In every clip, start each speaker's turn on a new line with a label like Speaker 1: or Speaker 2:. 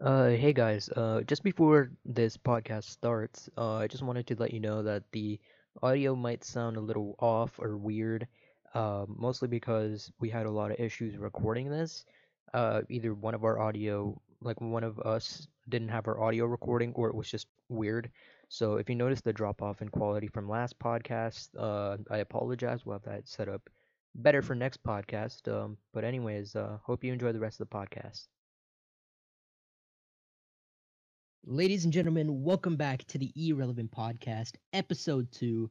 Speaker 1: Uh, hey guys, uh, just before this podcast starts, uh, I just wanted to let you know that the audio might sound a little off or weird, uh, mostly because we had a lot of issues recording this. Uh, either one of our audio, like one of us, didn't have our audio recording, or it was just weird. So if you notice the drop off in quality from last podcast, uh, I apologize. We'll have that set up better for next podcast. Um, but anyways, uh, hope you enjoy the rest of the podcast.
Speaker 2: Ladies and gentlemen, welcome back to the Irrelevant Podcast, episode two.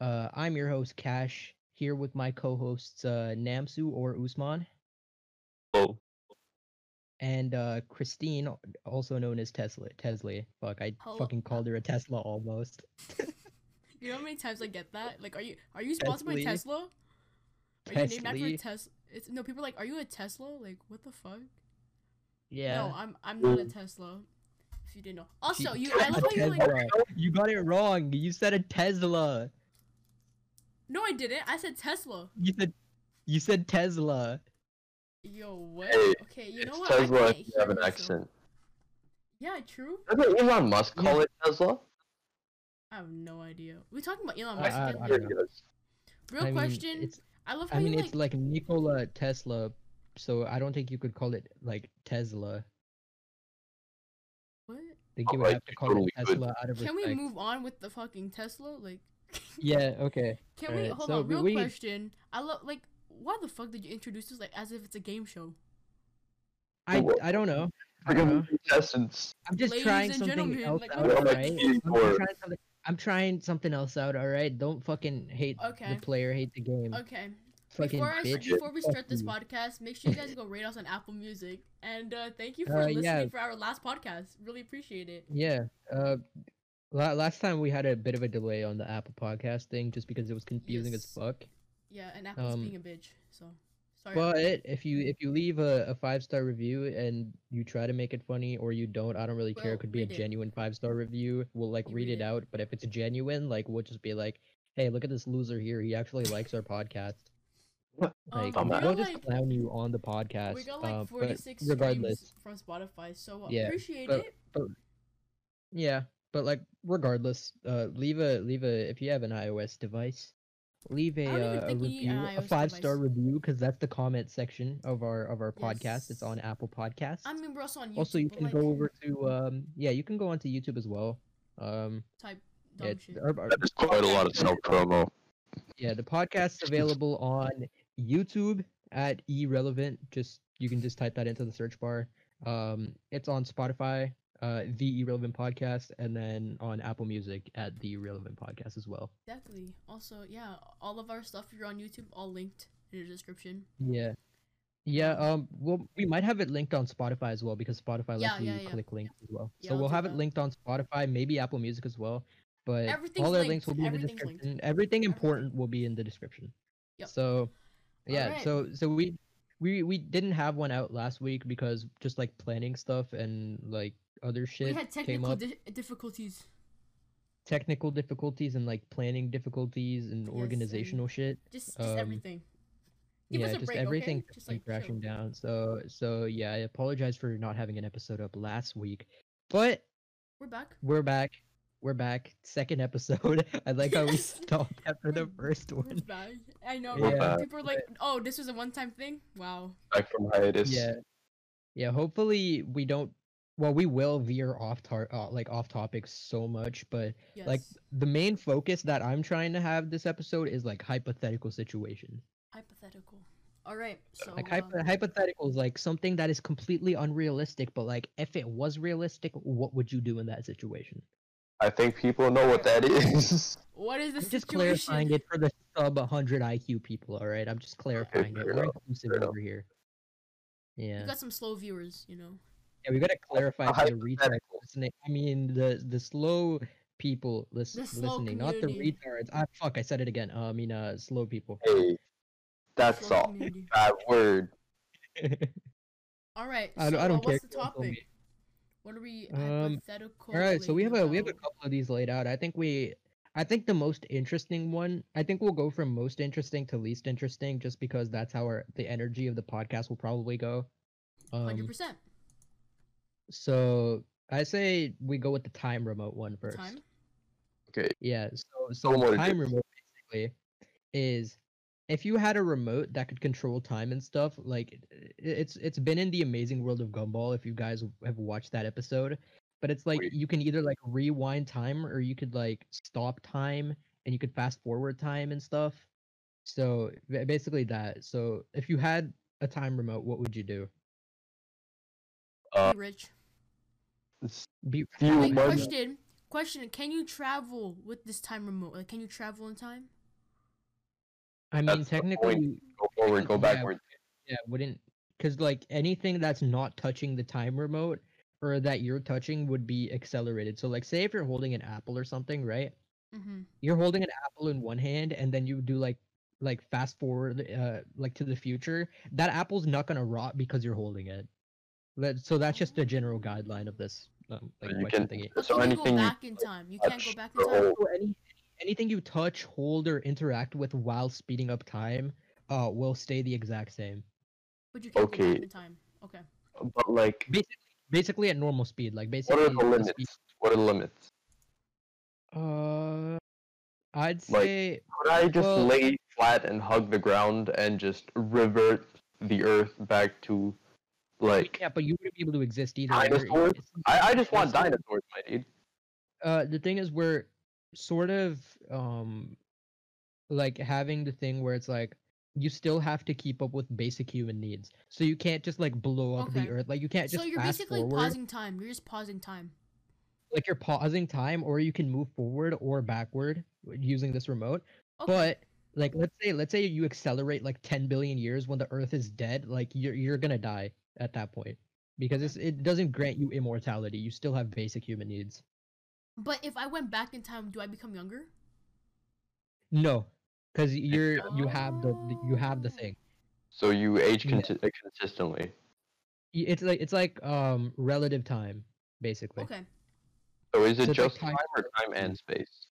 Speaker 2: Uh, I'm your host, Cash, here with my co hosts, uh, Namsu or Usman,
Speaker 3: Oh,
Speaker 2: and uh, Christine, al- also known as Tesla. Tesla. Fuck, I
Speaker 4: Hello-
Speaker 2: fucking called her a Tesla almost.
Speaker 4: You know how many times I get that? Like, are you are you sponsored by
Speaker 2: Tesla.
Speaker 4: Tesla? Are you named after a
Speaker 2: Tesla.
Speaker 4: Tesla? It's no people are like, are you a Tesla? Like, what the fuck?
Speaker 2: Yeah.
Speaker 4: No, I'm I'm not a Tesla. If you didn't know. Also, you I
Speaker 2: A
Speaker 4: love how you like.
Speaker 2: Tesla. You got it wrong. You said a Tesla.
Speaker 4: No, I didn't. I said Tesla.
Speaker 2: You said, you said Tesla.
Speaker 4: Yo, what?
Speaker 3: Hey,
Speaker 4: okay, you know
Speaker 3: it's
Speaker 4: what? I
Speaker 3: Tesla
Speaker 4: can't
Speaker 3: if you
Speaker 4: hear
Speaker 3: have an
Speaker 4: myself.
Speaker 3: accent.
Speaker 4: Yeah, true.
Speaker 3: Doesn't Elon Musk
Speaker 2: Yeah.
Speaker 3: call it Tesla?
Speaker 4: I have no idea. We're talking about Elon
Speaker 2: I-
Speaker 4: Musk.
Speaker 2: I-
Speaker 4: again?
Speaker 2: Uh, I
Speaker 3: Sure
Speaker 2: don't know.
Speaker 3: he does.
Speaker 4: Real
Speaker 2: I mean,
Speaker 4: question.
Speaker 2: it's-
Speaker 4: I love how
Speaker 2: I mean,
Speaker 4: you like.
Speaker 2: it's like Nikola Tesla, so I don't think you could call it like Tesla.
Speaker 4: what?
Speaker 2: I think you would
Speaker 3: Alright,
Speaker 2: have to
Speaker 3: you
Speaker 2: call
Speaker 3: totally
Speaker 2: it
Speaker 3: could.
Speaker 2: Tesla out of
Speaker 4: Can we
Speaker 2: respect.
Speaker 4: move on with the fucking Tesla? Like.
Speaker 2: Yeah. Okay.
Speaker 4: Can we
Speaker 2: Alright,
Speaker 4: hold
Speaker 2: so
Speaker 4: on?
Speaker 2: we-
Speaker 4: Real
Speaker 2: we-
Speaker 4: question. I love like why the fuck did you introduce this like as if it's a game show?
Speaker 2: I
Speaker 3: Well,
Speaker 2: I don't know. I
Speaker 3: Look at
Speaker 2: don't know.
Speaker 3: the contestants.
Speaker 2: I'm just
Speaker 4: Ladies
Speaker 2: trying
Speaker 4: and
Speaker 2: something
Speaker 4: gentlemen,
Speaker 2: else
Speaker 4: like,
Speaker 2: out.
Speaker 4: what
Speaker 2: All
Speaker 3: the
Speaker 2: right.
Speaker 3: fuck?
Speaker 2: I'm,
Speaker 3: Or-
Speaker 2: trying something, I'm trying something else out. All right. Don't fucking hate
Speaker 4: Okay.
Speaker 2: the player. Hate the game.
Speaker 4: Okay.
Speaker 2: Fucking
Speaker 4: before I, s-
Speaker 2: bitch.
Speaker 4: before we
Speaker 2: Fuck
Speaker 4: start this
Speaker 2: you.
Speaker 4: podcast, make sure you guys go rate us on Apple Music. And uh, thank you for
Speaker 2: Uh,
Speaker 4: listening
Speaker 2: yeah.
Speaker 4: for our last podcast. Really appreciate it.
Speaker 2: Yeah. Uh. la- Last time we had a bit of a delay on the Apple podcast thing just because it was confusing as
Speaker 4: Yes.
Speaker 2: fuck.
Speaker 4: Yeah, and Apple's
Speaker 2: Um,
Speaker 4: being a bitch. So sorry.
Speaker 2: But if you if you leave a, a five star review and you try to make it funny or you don't, I don't really care.
Speaker 4: We'll
Speaker 2: It could be a
Speaker 4: read it.
Speaker 2: genuine five star review. We'll like
Speaker 4: You
Speaker 2: read
Speaker 4: read
Speaker 2: it
Speaker 4: it.
Speaker 2: out. But if it's genuine, like we'll just be like, hey, look at this loser here. He actually likes our podcast.
Speaker 3: Um,
Speaker 2: Like
Speaker 3: we
Speaker 2: we'll
Speaker 4: got,
Speaker 2: just
Speaker 4: like-
Speaker 2: clown you on the podcast.
Speaker 4: we got like
Speaker 2: uh, but
Speaker 4: 46
Speaker 2: regardless,
Speaker 4: streams from Spotify, so
Speaker 2: Yeah,
Speaker 4: appreciate
Speaker 2: but-
Speaker 4: it.
Speaker 2: yeah. But like regardless, uh, leave a leave a if you have an iOS device. Leave a
Speaker 4: don't even
Speaker 2: uh, a
Speaker 4: think you need
Speaker 2: review,
Speaker 4: an
Speaker 2: a
Speaker 4: iOS
Speaker 2: five star
Speaker 4: device.
Speaker 2: review, because that's the comment section of our of our podcast. It's
Speaker 4: Yes.
Speaker 2: on Apple Podcasts.
Speaker 4: I mean, we're also on YouTube.
Speaker 2: also you
Speaker 4: but,
Speaker 2: can
Speaker 4: like,
Speaker 2: go over to um yeah you can go onto youtube as well um
Speaker 4: type
Speaker 2: yeah,
Speaker 4: dumb
Speaker 2: it's-
Speaker 4: shit.
Speaker 2: our- our-
Speaker 3: There's quite a lot of self promo.
Speaker 2: yeah the podcast's available on youtube at irrelevant just you can just type that into the search bar um it's on spotify uh the irrelevant podcast and then on apple music at the irrelevant podcast as well
Speaker 4: Exactly. Also, yeah, all of our stuff you're on YouTube, all linked in the description.
Speaker 2: yeah yeah
Speaker 4: Mm.
Speaker 2: um well we might have it linked on spotify as well because spotify
Speaker 4: Yeah,
Speaker 2: lets you
Speaker 4: yeah, yeah.
Speaker 2: click links as well
Speaker 4: Yeah,
Speaker 2: so
Speaker 4: I'll
Speaker 2: we'll
Speaker 4: do
Speaker 2: have it
Speaker 4: that.
Speaker 2: linked on spotify maybe apple music as well but
Speaker 4: Everything's
Speaker 2: all their links
Speaker 4: linked,
Speaker 2: will be in the
Speaker 4: everything's linked.
Speaker 2: description everything important
Speaker 4: Everything.
Speaker 2: will be in the description
Speaker 4: Yep.
Speaker 2: so yeah
Speaker 4: Alright.
Speaker 2: so so we we we didn't have one out last week because just like planning stuff and like other
Speaker 4: We
Speaker 2: shit
Speaker 4: had
Speaker 2: came
Speaker 4: technical
Speaker 2: up
Speaker 4: di- difficulties.
Speaker 2: technical difficulties and like planning difficulties and
Speaker 4: Yes, and-
Speaker 2: organizational shit
Speaker 4: Just, just
Speaker 2: Um,
Speaker 4: everything. Give
Speaker 2: yeah
Speaker 4: us a
Speaker 2: just
Speaker 4: break,
Speaker 2: everything
Speaker 4: okay? Just
Speaker 2: fucking
Speaker 4: like chill.
Speaker 2: crashing down so so yeah i apologize for not having an episode up last week but
Speaker 4: We're back.
Speaker 2: we're back we're back second episode i like how we
Speaker 4: Yes.
Speaker 2: stopped after the
Speaker 4: We're-
Speaker 2: first
Speaker 4: We're
Speaker 2: one
Speaker 4: back. I know.
Speaker 2: Yeah,
Speaker 4: right?
Speaker 3: but-
Speaker 4: People are like, "Oh, this was a one-time thing." Wow.
Speaker 3: Back from hiatus.
Speaker 2: yeah yeah hopefully we don't well we will veer off tar- uh, like off topic so much but
Speaker 4: Yes.
Speaker 2: like the main focus that i'm trying to have this episode is like hypothetical situations
Speaker 4: hypothetical. All right. So
Speaker 2: like
Speaker 4: um,
Speaker 2: hypo- hypotheticals like something that is completely unrealistic but like if it was realistic what would you do in that situation
Speaker 3: I think people know what that is.
Speaker 4: what is the
Speaker 2: i'm
Speaker 4: situation?
Speaker 2: just clarifying it for the sub 100 iq people all right i'm just clarifying it
Speaker 3: fair
Speaker 2: we're
Speaker 3: enough,
Speaker 2: inclusive
Speaker 3: fair enough.
Speaker 2: over here yeah
Speaker 4: You got some slow viewers, you know.
Speaker 2: Yeah, we gotta clarify
Speaker 3: A
Speaker 2: for the retards
Speaker 3: hypothetical.
Speaker 2: listening. I mean, the the slow people lis-
Speaker 4: The slow
Speaker 2: listening, not the
Speaker 4: community.
Speaker 2: retards. Ah, fuck, I said it again. Uh, I mean, uh, slow people.
Speaker 3: hey, that's
Speaker 4: Slow
Speaker 3: all.
Speaker 4: community.
Speaker 3: Bad word.
Speaker 4: All right. So,
Speaker 2: I don't- I don't
Speaker 4: uh, what's
Speaker 2: care.
Speaker 4: the
Speaker 2: Don't tell me.
Speaker 4: topic? What are we
Speaker 2: Um,
Speaker 4: hypothetical?
Speaker 2: All right, so we have a we have a couple of these laid out. I think we, I think the most interesting one. I think we'll go from most interesting to least interesting, just because that's how our the energy of the podcast will probably go. Um,
Speaker 4: Hundred percent.
Speaker 2: So I say we go with the time remote one first.
Speaker 4: Time?
Speaker 2: Yeah. So so
Speaker 3: Tell 'em what
Speaker 2: the
Speaker 3: it
Speaker 2: time
Speaker 3: is.
Speaker 2: remote basically is if you had a remote that could control time and stuff, like it- it- it's it's been in the amazing world of Gumball if you guys have watched that episode. But it's like
Speaker 3: Wait.
Speaker 2: you can either like rewind time or you could like stop time and you could fast forward time and stuff. So ba- basically that. So if you had a time remote, what would you do?
Speaker 3: Uh,
Speaker 4: Be rich.
Speaker 2: Be
Speaker 3: Few
Speaker 4: Wait,
Speaker 3: months.
Speaker 4: question. Question. Can you travel with this time remote? Like, can you travel in time?
Speaker 2: I mean
Speaker 3: That's the
Speaker 2: technically
Speaker 3: point.
Speaker 2: you-
Speaker 3: Go forward, go
Speaker 2: Yeah.
Speaker 3: backward.
Speaker 2: Yeah, wouldn't because like anything that's not touching the time remote or that you're touching would be accelerated. So like say if you're holding an apple or something, right?
Speaker 4: Mm-hmm.
Speaker 2: You're holding an apple in one hand and then you do like like fast forward uh like to the future, that apple's not gonna rot because you're holding it. That, so that's just the general guideline of this um, like
Speaker 3: You
Speaker 2: question
Speaker 3: can
Speaker 2: thingy.
Speaker 4: But
Speaker 3: so
Speaker 4: can you
Speaker 3: anything
Speaker 4: go
Speaker 3: you
Speaker 4: back in time? You can't go
Speaker 3: touch
Speaker 4: back in
Speaker 3: or
Speaker 4: time.
Speaker 3: hold.
Speaker 2: So any, anything you touch, hold, or interact with while speeding up time uh will stay the exact same.
Speaker 4: But you can't go
Speaker 3: Okay.
Speaker 4: back in time. Okay.
Speaker 3: But like,
Speaker 2: Basically at normal speed. Like
Speaker 3: what
Speaker 2: basically
Speaker 3: are the
Speaker 2: the
Speaker 3: limits?
Speaker 2: speed-
Speaker 3: What are the limits?
Speaker 2: Uh, I'd
Speaker 3: Like-
Speaker 2: say
Speaker 3: Could I just
Speaker 2: Well-
Speaker 3: lay flat and hug the ground and just revert the Earth back to, like,
Speaker 2: yeah, but you wouldn't be able to exist either. You're-
Speaker 3: Dinosaurs?
Speaker 2: it's-
Speaker 3: I, I just want
Speaker 2: Honestly-
Speaker 3: dinosaurs, my dude.
Speaker 2: Uh, the thing is, we're sort of um, like having the thing where it's like you still have to keep up with basic human needs, so you can't just like blow up
Speaker 4: Okay.
Speaker 2: the earth. Like you can't just
Speaker 4: So you're
Speaker 2: fast
Speaker 4: basically
Speaker 2: forward.
Speaker 4: pausing time. You're just pausing time.
Speaker 2: Like you're pausing time, or you can move forward or backward using this remote.
Speaker 4: Okay.
Speaker 2: But like, let's say let's say you accelerate like 10 billion years when the Earth is dead. Like you're you're gonna die at that point because it's, it doesn't grant you immortality. You still have basic human needs.
Speaker 4: But if I went back in time, do I become younger?
Speaker 2: No, because you're you have the the- you have the
Speaker 4: Oh.
Speaker 2: thing.
Speaker 3: So you age
Speaker 2: Yeah.
Speaker 3: consi- consistently.
Speaker 2: Y- It's like it's like um relative time basically.
Speaker 4: Okay.
Speaker 3: So is it
Speaker 2: So it's like
Speaker 3: just
Speaker 2: time
Speaker 3: time or time and space?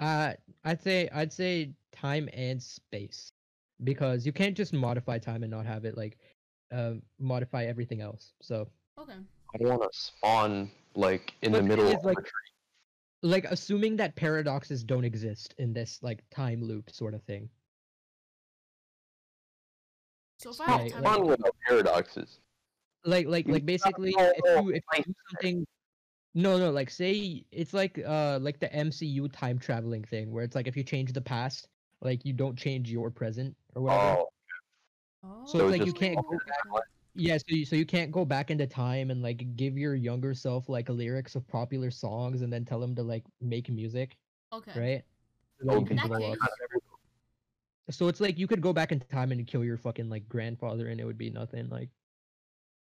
Speaker 2: Uh, I'd say I'd say time and space because you can't just modify time and not have it like um modify everything else. So.
Speaker 4: Okay.
Speaker 3: I want to spawn like in
Speaker 2: But
Speaker 3: the
Speaker 2: the
Speaker 3: middle
Speaker 2: thing
Speaker 3: of
Speaker 2: is, like-
Speaker 3: a tree.
Speaker 2: like assuming that paradoxes don't exist in this like time loop sort of thing.
Speaker 4: So if I had
Speaker 2: Right,
Speaker 4: time,
Speaker 2: like-
Speaker 3: Spawn without paradoxes.
Speaker 2: Like like
Speaker 3: You
Speaker 2: like
Speaker 3: cannot
Speaker 2: basically
Speaker 3: go
Speaker 2: if you
Speaker 3: all
Speaker 2: if you do something no no like say it's like uh like the MCU time traveling thing where it's like if you change the past like you don't change your present or whatever.
Speaker 3: Oh,
Speaker 4: oh,
Speaker 2: So
Speaker 3: it's
Speaker 2: like
Speaker 3: just
Speaker 2: you can't go
Speaker 3: alternate
Speaker 4: back.
Speaker 2: Yeah, so you, so you can't go back into time and like give your younger self like lyrics of popular songs and then tell him to like make music,
Speaker 4: Okay.
Speaker 2: right? So that you
Speaker 3: Okay.
Speaker 2: can
Speaker 4: In that
Speaker 2: grow
Speaker 4: case,
Speaker 2: up. So it's like you could go back in time and kill your fucking like grandfather and it would be nothing. Like,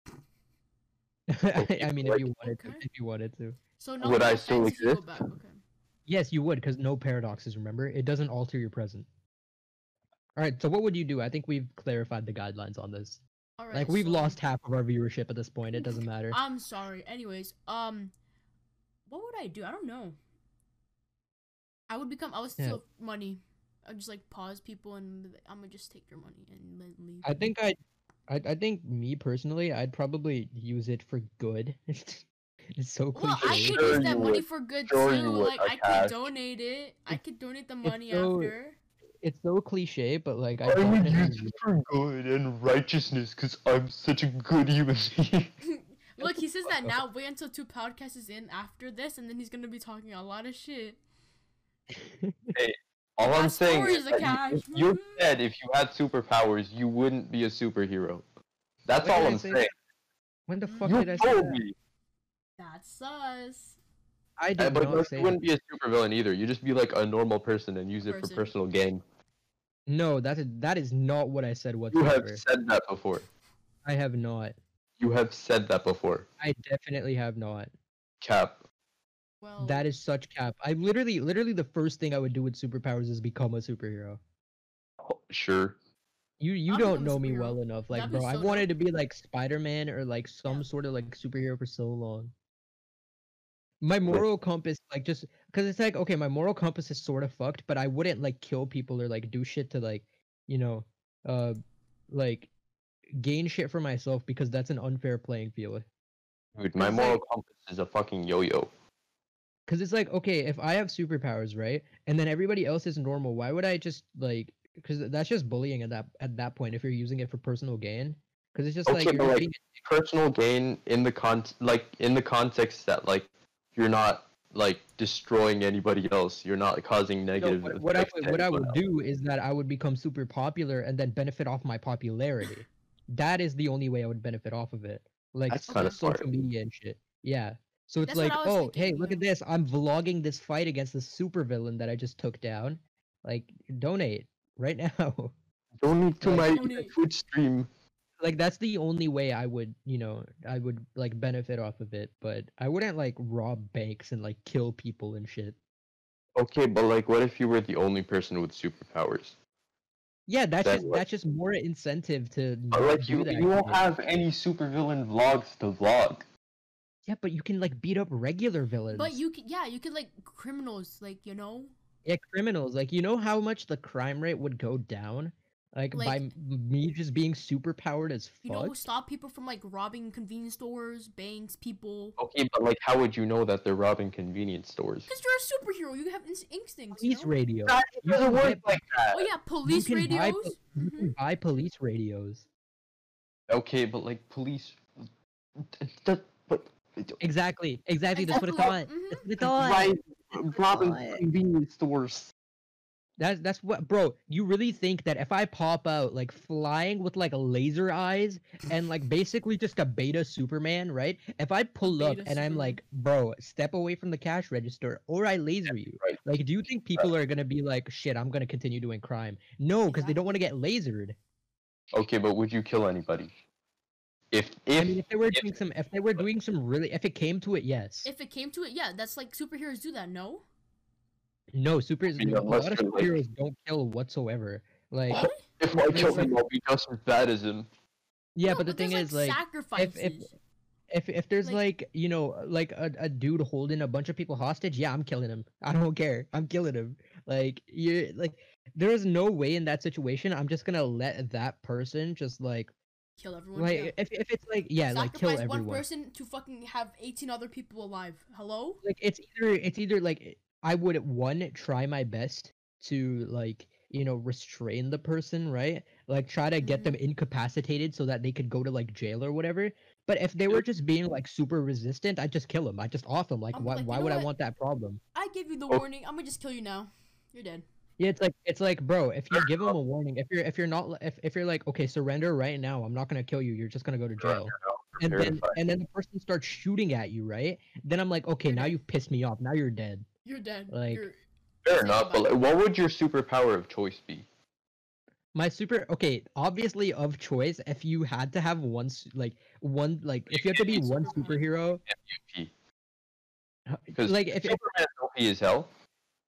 Speaker 2: I, I mean, if
Speaker 3: like-
Speaker 2: you wanted to,
Speaker 4: Okay.
Speaker 2: if you wanted to,
Speaker 4: so not
Speaker 3: Would
Speaker 4: much
Speaker 3: I still
Speaker 4: effects if you go
Speaker 3: exist?
Speaker 4: back, Okay.
Speaker 2: yes, you would, because no paradoxes. Remember, it doesn't alter your present. All right, so what would you do? I think we've clarified the guidelines on this.
Speaker 4: All right.
Speaker 2: Like, we've
Speaker 4: so-
Speaker 2: lost half of our viewership at this point. It doesn't matter.
Speaker 4: I'm sorry. Anyways, um, what would I do? I don't know. I would become. I would
Speaker 2: Yeah.
Speaker 4: steal money. I'd just like pause people and I'm gonna just take your money and then leave.
Speaker 2: I think I, I, I think me personally, I'd probably use it for good. it's so
Speaker 4: Well, I
Speaker 2: cliche.
Speaker 4: could
Speaker 3: Sure
Speaker 4: use that
Speaker 3: you
Speaker 4: money
Speaker 3: would.
Speaker 4: for good
Speaker 3: Sure
Speaker 4: too.
Speaker 3: you would,
Speaker 4: Like I
Speaker 3: Akash.
Speaker 4: could donate it. I could donate the
Speaker 2: It's
Speaker 4: money
Speaker 2: so-
Speaker 4: after.
Speaker 2: It's so cliche, but like I,
Speaker 3: I would
Speaker 2: definitely
Speaker 3: use it for good and righteousness because I'm such a good human being.
Speaker 4: Look, he says that
Speaker 2: fuck
Speaker 4: now. Wait until two podcasts is in after this, and then he's gonna be talking a lot of shit.
Speaker 3: All I'm
Speaker 4: That's
Speaker 3: saying
Speaker 4: stories
Speaker 3: is
Speaker 4: of
Speaker 3: that you,
Speaker 4: cash.
Speaker 3: if you
Speaker 4: Mhm.
Speaker 3: said if you had superpowers, you wouldn't be a superhero. That's
Speaker 2: What
Speaker 3: all
Speaker 2: did I
Speaker 3: I'm
Speaker 2: say?
Speaker 3: saying.
Speaker 2: When the fuck
Speaker 3: You
Speaker 2: did I say
Speaker 3: told
Speaker 2: that?
Speaker 3: me, eh,
Speaker 4: That's sus.
Speaker 2: I
Speaker 3: Uh,
Speaker 2: did
Speaker 3: but
Speaker 2: not
Speaker 3: no,
Speaker 2: say
Speaker 3: you
Speaker 2: that.
Speaker 3: wouldn't be a supervillain either. You'd just be like a normal person and use it
Speaker 4: Person.
Speaker 3: for personal gain.
Speaker 2: No, that is that is not what I said
Speaker 3: You have
Speaker 2: whatsoever.
Speaker 3: said that before.
Speaker 2: I have not.
Speaker 3: You have said that before.
Speaker 2: I definitely have not.
Speaker 3: Cap.
Speaker 4: Well,
Speaker 2: That is such cap. I literally, literally, the first thing I would do with superpowers is become a superhero.
Speaker 3: Sure.
Speaker 2: You you
Speaker 4: I'll
Speaker 2: don't
Speaker 4: become a
Speaker 2: know me
Speaker 4: superhero.
Speaker 2: well enough, like
Speaker 4: That'd be
Speaker 2: bro. I
Speaker 4: so
Speaker 2: wanted to be like Spider-Man or like some
Speaker 4: Yeah.
Speaker 2: sort of like superhero for so long. My moral compass, like, just because it's like okay, my moral compass is sort of fucked, but I wouldn't like kill people or like do shit to like, you know, uh, like gain shit for myself because that's an unfair playing field.
Speaker 3: Dude, my
Speaker 2: It's
Speaker 3: moral
Speaker 2: like-
Speaker 3: compass is a fucking yo-yo.
Speaker 2: Because it's like, okay, if I have superpowers, right, and then everybody else is normal, why would I just like? Because that's just bullying at that at that point. If you're using it for personal gain, because it's just
Speaker 3: Okay,
Speaker 2: like
Speaker 3: but,
Speaker 2: you're
Speaker 3: like,
Speaker 2: like,
Speaker 3: Personal gain in the con like in the context that like you're not like destroying anybody else. You're not causing
Speaker 2: No,
Speaker 3: negative.
Speaker 2: what, what I
Speaker 3: effects
Speaker 2: would,
Speaker 3: to
Speaker 2: what I
Speaker 3: anyone
Speaker 2: would do is that I would become super popular and then benefit off my popularity. That is the onily way I would benefit off of it. Like
Speaker 3: That's
Speaker 2: s-
Speaker 3: kinda
Speaker 2: social
Speaker 3: smart.
Speaker 2: media and shit. Yeah. So it's
Speaker 4: That's what
Speaker 2: like,
Speaker 4: I was
Speaker 2: oh, hey,
Speaker 4: thinking,
Speaker 2: look
Speaker 4: yeah.
Speaker 2: at this. I'm vlogging this fight against the supervillain that I just took down. Like, donate right now.
Speaker 3: Donate to
Speaker 2: Like-
Speaker 3: my
Speaker 4: Donate.
Speaker 3: Twitch stream.
Speaker 2: like that's the only way I would, you know, I would like benefit off of it, but I wouldn't like rob banks and like kill people and shit.
Speaker 3: Okay, but like, what if you were the only person with superpowers?
Speaker 2: Yeah, that's
Speaker 3: That
Speaker 2: just
Speaker 3: works.
Speaker 2: that's just more incentive to
Speaker 3: But
Speaker 2: not
Speaker 3: like,
Speaker 2: do
Speaker 3: you
Speaker 2: that
Speaker 3: you won't
Speaker 2: shit.
Speaker 3: have any supervillain vlogs to vlog.
Speaker 2: Yeah, but you can like beat up regular villains.
Speaker 4: But you could, yeah, you could like criminals, like you know,
Speaker 2: yeah, criminals. Like you know how much the crime rate would go down, like, by
Speaker 4: Like-
Speaker 2: m- me just being super powered as
Speaker 4: you
Speaker 2: fuck.
Speaker 4: know, stop people from like robbing convenience stores, banks, people.
Speaker 3: Okay, but like, how would you know that they're robbing convenience stores?
Speaker 4: Because you're a superhero, you have ins- instincts. You
Speaker 2: Police
Speaker 4: know?
Speaker 2: radio.
Speaker 3: It doesn't work like that.
Speaker 4: Oh yeah, police
Speaker 2: you can Buy,
Speaker 4: radios.
Speaker 2: po- you can
Speaker 4: Mhm.
Speaker 2: buy police radios.
Speaker 3: Okay, but like, police. That, but
Speaker 2: Exactly. Exactly. That's what it's on.
Speaker 4: Exactly, mhm.
Speaker 2: That's what it's on.
Speaker 3: why robbing
Speaker 2: What?
Speaker 3: convenience stores?
Speaker 2: That's that's what, bro. You really think that if I pop out like flying with like laser eyes and like basically just a beta Superman, right? If I pull up
Speaker 4: beta
Speaker 2: and I'm
Speaker 4: Superman.
Speaker 2: like, bro, step away from the cash register or I laser you,
Speaker 3: right.
Speaker 2: like, do you think people are gonna be like, shit, I'm gonna continue doing crime? No, because they don't want to get lasered.
Speaker 3: Okay, but would you kill anybody? If if
Speaker 2: I mean, if they were
Speaker 3: if-
Speaker 2: doing some, if they were doing some really, if it came to it, yes.
Speaker 4: If it came to it, yeah, that's like superheroes do that. No.
Speaker 2: no, super,
Speaker 3: mean,
Speaker 2: a lot of
Speaker 3: unless you're, like-
Speaker 2: superheroes don't kill whatsoever. Like,
Speaker 4: What?
Speaker 3: if I
Speaker 2: it's
Speaker 3: kill
Speaker 2: like-
Speaker 3: him, I'll be just as bad as him.
Speaker 2: yeah,
Speaker 4: No,
Speaker 2: but the
Speaker 4: there's,
Speaker 2: thing is, like.
Speaker 4: sacrifices.
Speaker 2: if if there's
Speaker 4: Like-
Speaker 2: like, you know like a, a dude holding a bunch of people hostage yeah i'm killing him i don't care i'm killing him like you're like there is no way in that situation i'm just gonna let that person just like
Speaker 4: kill everyone. yeah.
Speaker 2: like if, if it's like uh, yeah like kill
Speaker 4: Sacrifice one
Speaker 2: everyone
Speaker 4: person to fucking have 18 other people alive. Hello?
Speaker 2: like it's either it's either like i would one try my best to like you know restrain the person right like try to get
Speaker 4: Mhm.
Speaker 2: them incapacitated so that they could go to like jail or whatever but if they were just being like super resistant i'd just kill them i'd just off them like
Speaker 4: I'm
Speaker 2: why,
Speaker 4: like, you
Speaker 2: why
Speaker 4: know
Speaker 2: would i
Speaker 4: what?
Speaker 2: want that problem
Speaker 4: I gave you the
Speaker 3: Oh.
Speaker 4: warning. I'm gonna just kill you now. You're dead.
Speaker 2: yeah it's like it's like bro if you
Speaker 3: Fair
Speaker 2: give them a warning if you're if you're not li- if, if you're like okay surrender right now i'm not gonna kill you you're just gonna go to
Speaker 3: Sure,
Speaker 2: jail and then
Speaker 3: terrified.
Speaker 2: and then the person starts shooting at you right then i'm like okay
Speaker 4: You're
Speaker 2: now
Speaker 4: dead.
Speaker 2: you've pissed me off now you're dead
Speaker 4: You're dead.
Speaker 2: Like-
Speaker 4: You're...
Speaker 3: Fair enough, but like, what would your superpower of choice be?
Speaker 2: My super okay, obviously of choice. If you had to have one, s- like one, like if you have to be
Speaker 3: It's
Speaker 2: one
Speaker 4: superpower.
Speaker 2: superhero,
Speaker 3: MVP.
Speaker 2: Huh,
Speaker 3: Because
Speaker 2: like if, if
Speaker 3: Superman's OP as hell.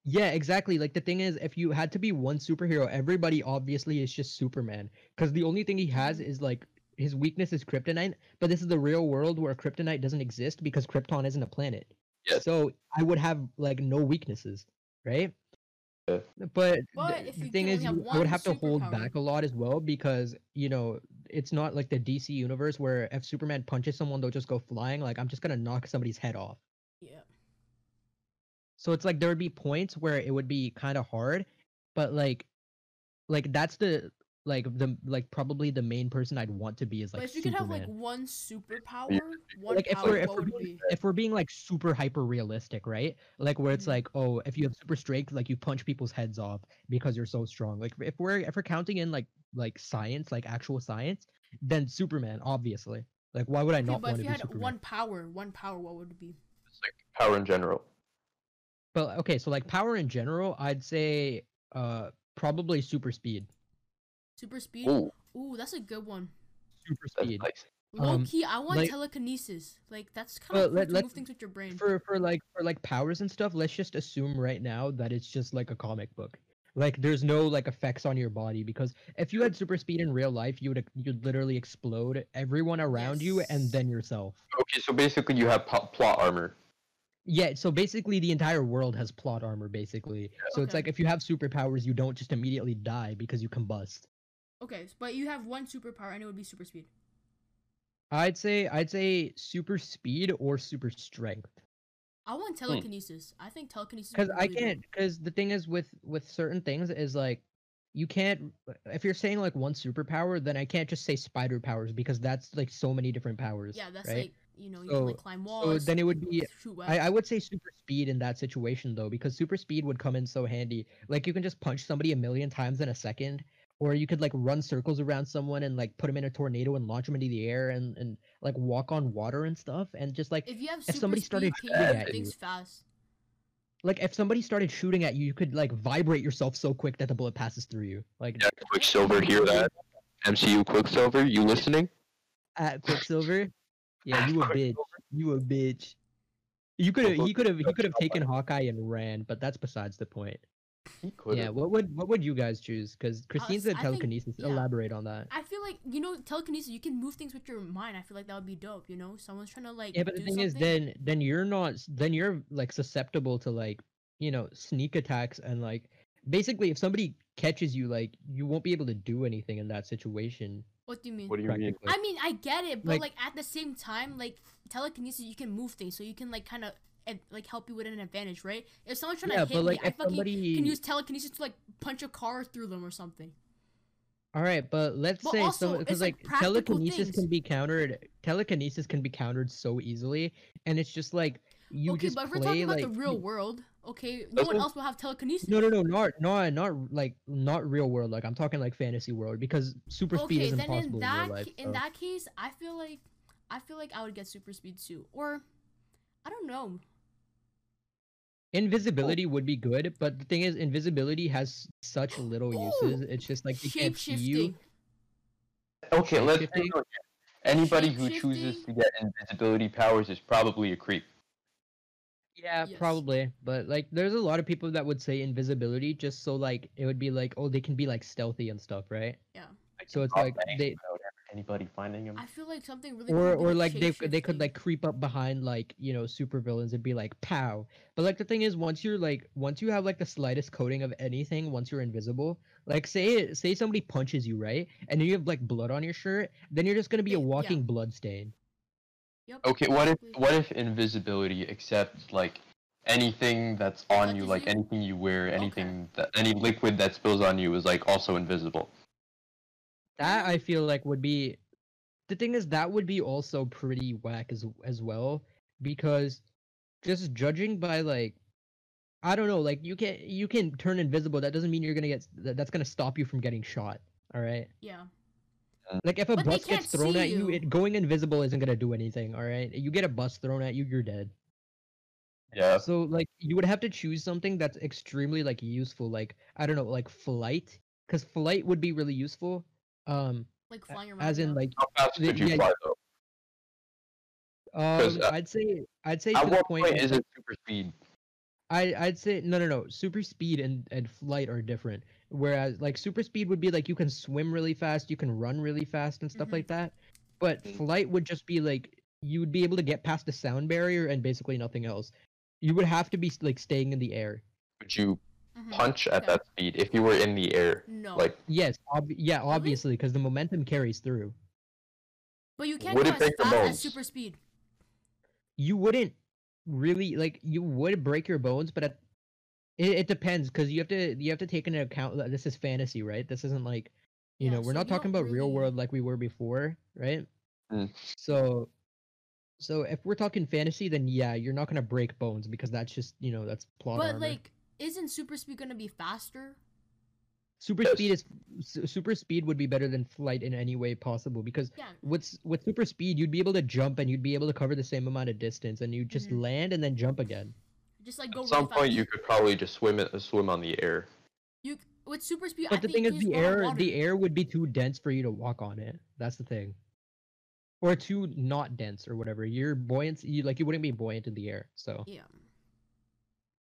Speaker 2: yeah, exactly. Like the thing is, if you had to be one superhero, everybody obviously is just Superman because the only thing he has
Speaker 3: Mm-hmm.
Speaker 4: Mhm.
Speaker 2: is like his weakness is kryptonite. But this is the real world where kryptonite doesn't exist because Krypton isn't a planet.
Speaker 3: Yes.
Speaker 2: So I would have like no weaknesses, right?
Speaker 3: Yeah.
Speaker 2: But
Speaker 4: But
Speaker 2: th-
Speaker 4: if
Speaker 2: the
Speaker 4: you
Speaker 2: thing
Speaker 4: can
Speaker 2: is,
Speaker 4: only have
Speaker 2: you, I would
Speaker 4: one
Speaker 2: have to hold
Speaker 4: superpower-
Speaker 2: back a lot as well because you know it's not like the DC universe where if Superman punches someone, they'll just go flying. Like I'm just gonna knock somebody's head off.
Speaker 4: Yeah.
Speaker 2: So it's like there would be points where it would be kind of hard, but like, like that's the like the like probably the main person I'd want to be is
Speaker 4: But
Speaker 2: like
Speaker 4: if you could have
Speaker 2: Superman.
Speaker 4: like one superpower, one
Speaker 2: like if
Speaker 4: power,
Speaker 2: we're if
Speaker 4: what
Speaker 2: we're,
Speaker 4: would it
Speaker 2: being,
Speaker 4: be?
Speaker 2: if we're being like super hyper realistic, right? Like where it's
Speaker 4: Mhm.
Speaker 2: like, oh, if you have super strength, like you punch people's heads off because you're so strong. Like if we're if we're counting in like like science, like actual science, then Superman, obviously. Like why would I
Speaker 4: Okay,
Speaker 2: not
Speaker 4: but
Speaker 2: want
Speaker 4: if
Speaker 2: to
Speaker 4: you
Speaker 2: be
Speaker 4: had
Speaker 2: Superman?
Speaker 4: one power, one power, what would it be?
Speaker 3: It's like power in general.
Speaker 2: But okay, so like power in general, I'd say uh probably super speed.
Speaker 4: Super speed? Ooh,
Speaker 3: Ooh,
Speaker 4: that's a good one.
Speaker 2: Super
Speaker 3: that's
Speaker 2: speed.
Speaker 3: nice.
Speaker 4: Low
Speaker 2: Um,
Speaker 4: key, I want
Speaker 2: like-
Speaker 4: telekinesis. Like that's kind
Speaker 2: Well,
Speaker 4: of cool
Speaker 2: let-
Speaker 4: to
Speaker 2: let-
Speaker 4: move things with your brain.
Speaker 2: for for like for like powers and stuff let's just assume right now that it's just like a comic book like there's no like effects on your body because if you had super speed in real life you would ex- you'd literally explode everyone around you and
Speaker 4: Yes.
Speaker 2: then yourself
Speaker 3: Okay, so basically you have po- plot armor.
Speaker 2: yeah so basically the entire world has plot armor basically so it's
Speaker 4: Okay.
Speaker 2: like if you have superpowers you don't just immediately die because you combust
Speaker 4: Okay, s- but you have one superpower and it would be super speed.
Speaker 2: I'd say I'd say super speed or super strength.
Speaker 4: I want telekinesis. I think telekinesis.
Speaker 2: Hmm. because
Speaker 4: would be
Speaker 2: i
Speaker 4: really good.
Speaker 2: can't because the thing is with with certain things is like you can't if you're saying like one superpower then i can't just say spider powers because that's like so many different powers
Speaker 4: Yeah, that's
Speaker 2: right?
Speaker 4: like you know you can like
Speaker 2: So-
Speaker 4: climb walls.
Speaker 2: then it would be-
Speaker 4: shoot
Speaker 2: I, I
Speaker 4: webs.
Speaker 2: would say super speed in that situation though because super speed would come in so handy like you can just punch somebody a million times in a second or you could like run circles around someone and like put them in a tornado and launch them into the air and and like walk on water and stuff and just like
Speaker 4: If you have
Speaker 2: if
Speaker 4: super
Speaker 2: somebody
Speaker 4: speed,
Speaker 2: started
Speaker 4: can you
Speaker 2: shooting
Speaker 4: do
Speaker 2: at
Speaker 4: things
Speaker 2: you-
Speaker 4: fast?
Speaker 2: like if somebody started shooting at you you could like vibrate yourself so quick that the bullet passes through you like
Speaker 3: Yeah, Quicksilver, hear that? MCU Quicksilver, you listening?
Speaker 2: at Quicksilver. Yeah, you a bitch. You a bitch. You could have.
Speaker 3: Quicksilver
Speaker 2: He could have. He
Speaker 3: got
Speaker 2: could have
Speaker 3: shot by
Speaker 2: taken Hawkeye and ran, but that's besides the point.
Speaker 3: He could.
Speaker 2: Yeah. What would What would you guys choose? Because Christine
Speaker 4: s- I
Speaker 2: said
Speaker 4: think-
Speaker 2: telekinesis.
Speaker 4: yeah.
Speaker 2: Elaborate on that.
Speaker 4: I feel like you know telekinesis. You can move things with your mind. I feel like that would be dope. You know, someone's trying to like.
Speaker 2: Yeah, but the
Speaker 4: do
Speaker 2: thing
Speaker 4: something.
Speaker 2: is, then then you're not. s- Then you're like susceptible to like you know sneak attacks and like basically if somebody catches you like you won't be able to do anything in that situation.
Speaker 4: What do you mean?
Speaker 3: What do you mean?
Speaker 2: Practically.
Speaker 4: I mean, I get it,
Speaker 2: Like-
Speaker 4: but like, at the same time, like telekinesis, you can move things, so you can like kind of like help you with an advantage, right? If someone's trying
Speaker 2: yeah,
Speaker 4: to hit
Speaker 2: but like
Speaker 4: me, I
Speaker 2: if
Speaker 4: fucking
Speaker 2: somebody.
Speaker 4: can use telekinesis to like punch a car through them or something.
Speaker 2: All right, but let's
Speaker 4: But
Speaker 2: say
Speaker 4: also,
Speaker 2: so
Speaker 4: it's,
Speaker 2: because
Speaker 4: like,
Speaker 2: like,
Speaker 4: practical
Speaker 2: telekinesis
Speaker 4: things.
Speaker 2: can be countered. Telekinesis can be countered so easily, and it's just like you
Speaker 4: okay,
Speaker 2: just
Speaker 4: but if we're
Speaker 2: play
Speaker 4: talking about
Speaker 2: like
Speaker 4: the real
Speaker 2: you-
Speaker 4: world, okay, no
Speaker 3: That's
Speaker 4: one
Speaker 3: what-
Speaker 4: else will have telekinesis.
Speaker 2: No, no, no, not not not like not real world. Like I'm talking like fantasy world because super speed
Speaker 4: okay,
Speaker 2: is
Speaker 4: then
Speaker 2: impossible
Speaker 4: in
Speaker 2: in,
Speaker 4: that
Speaker 2: real life.
Speaker 4: ca- in
Speaker 2: so.
Speaker 4: that case, I feel like I feel like I would get super speed too, or I don't know. Oh.
Speaker 2: Invisibility would be good, but the thing is, invisibility has such little
Speaker 4: Ooh,
Speaker 2: uses. It's just like they can't see you.
Speaker 4: Shapeshifting.
Speaker 3: Okay, let's
Speaker 2: Shapeshifting.
Speaker 3: be honest. Anybody who chooses to get invisibility powers is probably a creep.
Speaker 2: Yeah,
Speaker 4: Yes.
Speaker 2: probably. But like, there's a lot of people that would say invisibility just so like it would be like, oh, they can be like stealthy and stuff, right?
Speaker 4: Yeah.
Speaker 2: So it's
Speaker 3: Not
Speaker 2: like
Speaker 3: bang
Speaker 2: they
Speaker 3: without anybody finding him.
Speaker 4: I feel like something really. cool
Speaker 2: or
Speaker 4: would be,
Speaker 2: or like they c- they
Speaker 4: shapeshifting.
Speaker 2: could like creep up behind like you know super villains and be like pow but like the thing is once you're like once you have like the slightest coating of anything once you're invisible like say say somebody punches you right and you have like blood on your shirt then you're just gonna be
Speaker 4: Eh,
Speaker 2: a
Speaker 4: yeah.
Speaker 2: walking blood stain
Speaker 4: Yep,
Speaker 3: Okay, what if
Speaker 4: exactly.
Speaker 3: what if invisibility except like anything that's on
Speaker 4: Like,
Speaker 3: you,
Speaker 4: if
Speaker 3: like
Speaker 4: you-
Speaker 3: anything you wear, anything that any liquid that spills on you is like also invisible.
Speaker 2: that i feel like would be the thing is that would be also pretty whack as as well because just judging by like i don't know like you can you can turn invisible that doesn't mean you're gonna get s- that, that's gonna stop you from getting shot all right
Speaker 4: Yeah.
Speaker 2: Like if a
Speaker 4: But they
Speaker 2: bus gets
Speaker 4: can't
Speaker 2: thrown
Speaker 4: see
Speaker 2: at you,
Speaker 4: you.
Speaker 2: it going invisible isn't gonna do anything. All right, you get a bus thrown at you, you're dead.
Speaker 3: Yeah.
Speaker 2: So like you would have to choose something that's extremely like useful. Like I don't know, like flight, because flight would be really useful. Um,
Speaker 4: Like
Speaker 2: a-
Speaker 4: flying around.
Speaker 2: as
Speaker 4: yeah.
Speaker 2: in like
Speaker 3: How fast
Speaker 2: The-
Speaker 3: could you
Speaker 2: yeah,
Speaker 3: fly though?
Speaker 2: um,
Speaker 3: uh,
Speaker 2: I'd say I'd say to
Speaker 3: At
Speaker 2: the
Speaker 3: what
Speaker 2: point
Speaker 3: point
Speaker 2: where-
Speaker 3: is it super speed?
Speaker 2: I I'd say no no no super speed and and flight are different. Whereas like super speed would be like you can swim really fast, you can run really fast and
Speaker 3: Mm-hmm.
Speaker 2: stuff
Speaker 4: Mhm.
Speaker 2: like that. But
Speaker 3: Mm.
Speaker 2: flight would just be like you would be able to get past the sound barrier and basically nothing else. You would have to be s- like staying in the air.
Speaker 3: Would you
Speaker 4: Mhm.
Speaker 3: punch at
Speaker 4: Yeah.
Speaker 3: that speed if you were in the air?
Speaker 4: No.
Speaker 3: Like
Speaker 2: Yes, ob- yeah,
Speaker 3: Mm-hmm.
Speaker 2: obviously because the momentum carries through.
Speaker 4: but you can't
Speaker 3: would
Speaker 4: go
Speaker 3: it
Speaker 4: as
Speaker 3: break the
Speaker 4: fast as
Speaker 3: bones?
Speaker 4: super speed.
Speaker 2: You wouldn't really like you would break your bones, but at, it it depends because you have to you have to take into account that this is fantasy, right? This isn't like you
Speaker 4: Yeah,
Speaker 2: know we're
Speaker 4: so
Speaker 2: not
Speaker 4: you
Speaker 2: talking
Speaker 4: don't
Speaker 2: about real
Speaker 4: really-
Speaker 2: world like we were before right
Speaker 3: Mm.
Speaker 2: so so if we're talking fantasy then yeah you're not gonna break bones because that's just you know that's plot
Speaker 4: But
Speaker 2: armor.
Speaker 4: like, isn't super speed gonna be faster?
Speaker 2: super
Speaker 3: Yes.
Speaker 2: speed is su- super speed would be better than flight in any way possible because
Speaker 4: Yeah.
Speaker 2: with s- with super speed you'd be able to jump and you'd be able to cover the same amount of distance and you just
Speaker 4: Mhm.
Speaker 2: land and then jump again
Speaker 4: Just like go.
Speaker 3: at some
Speaker 4: really fast.
Speaker 3: point you could probably just swim it, swim on the air.
Speaker 4: You c- with super speed.
Speaker 2: But
Speaker 4: I
Speaker 2: the
Speaker 4: think
Speaker 2: thing
Speaker 4: you
Speaker 2: is,
Speaker 4: can
Speaker 2: the
Speaker 4: just go on
Speaker 2: air
Speaker 4: water.
Speaker 2: the air would be too dense for you to walk on it. That's the thing, or too not dense or whatever. Your buoyancy, you, like you wouldn't be buoyant in the air, so
Speaker 4: Yeah.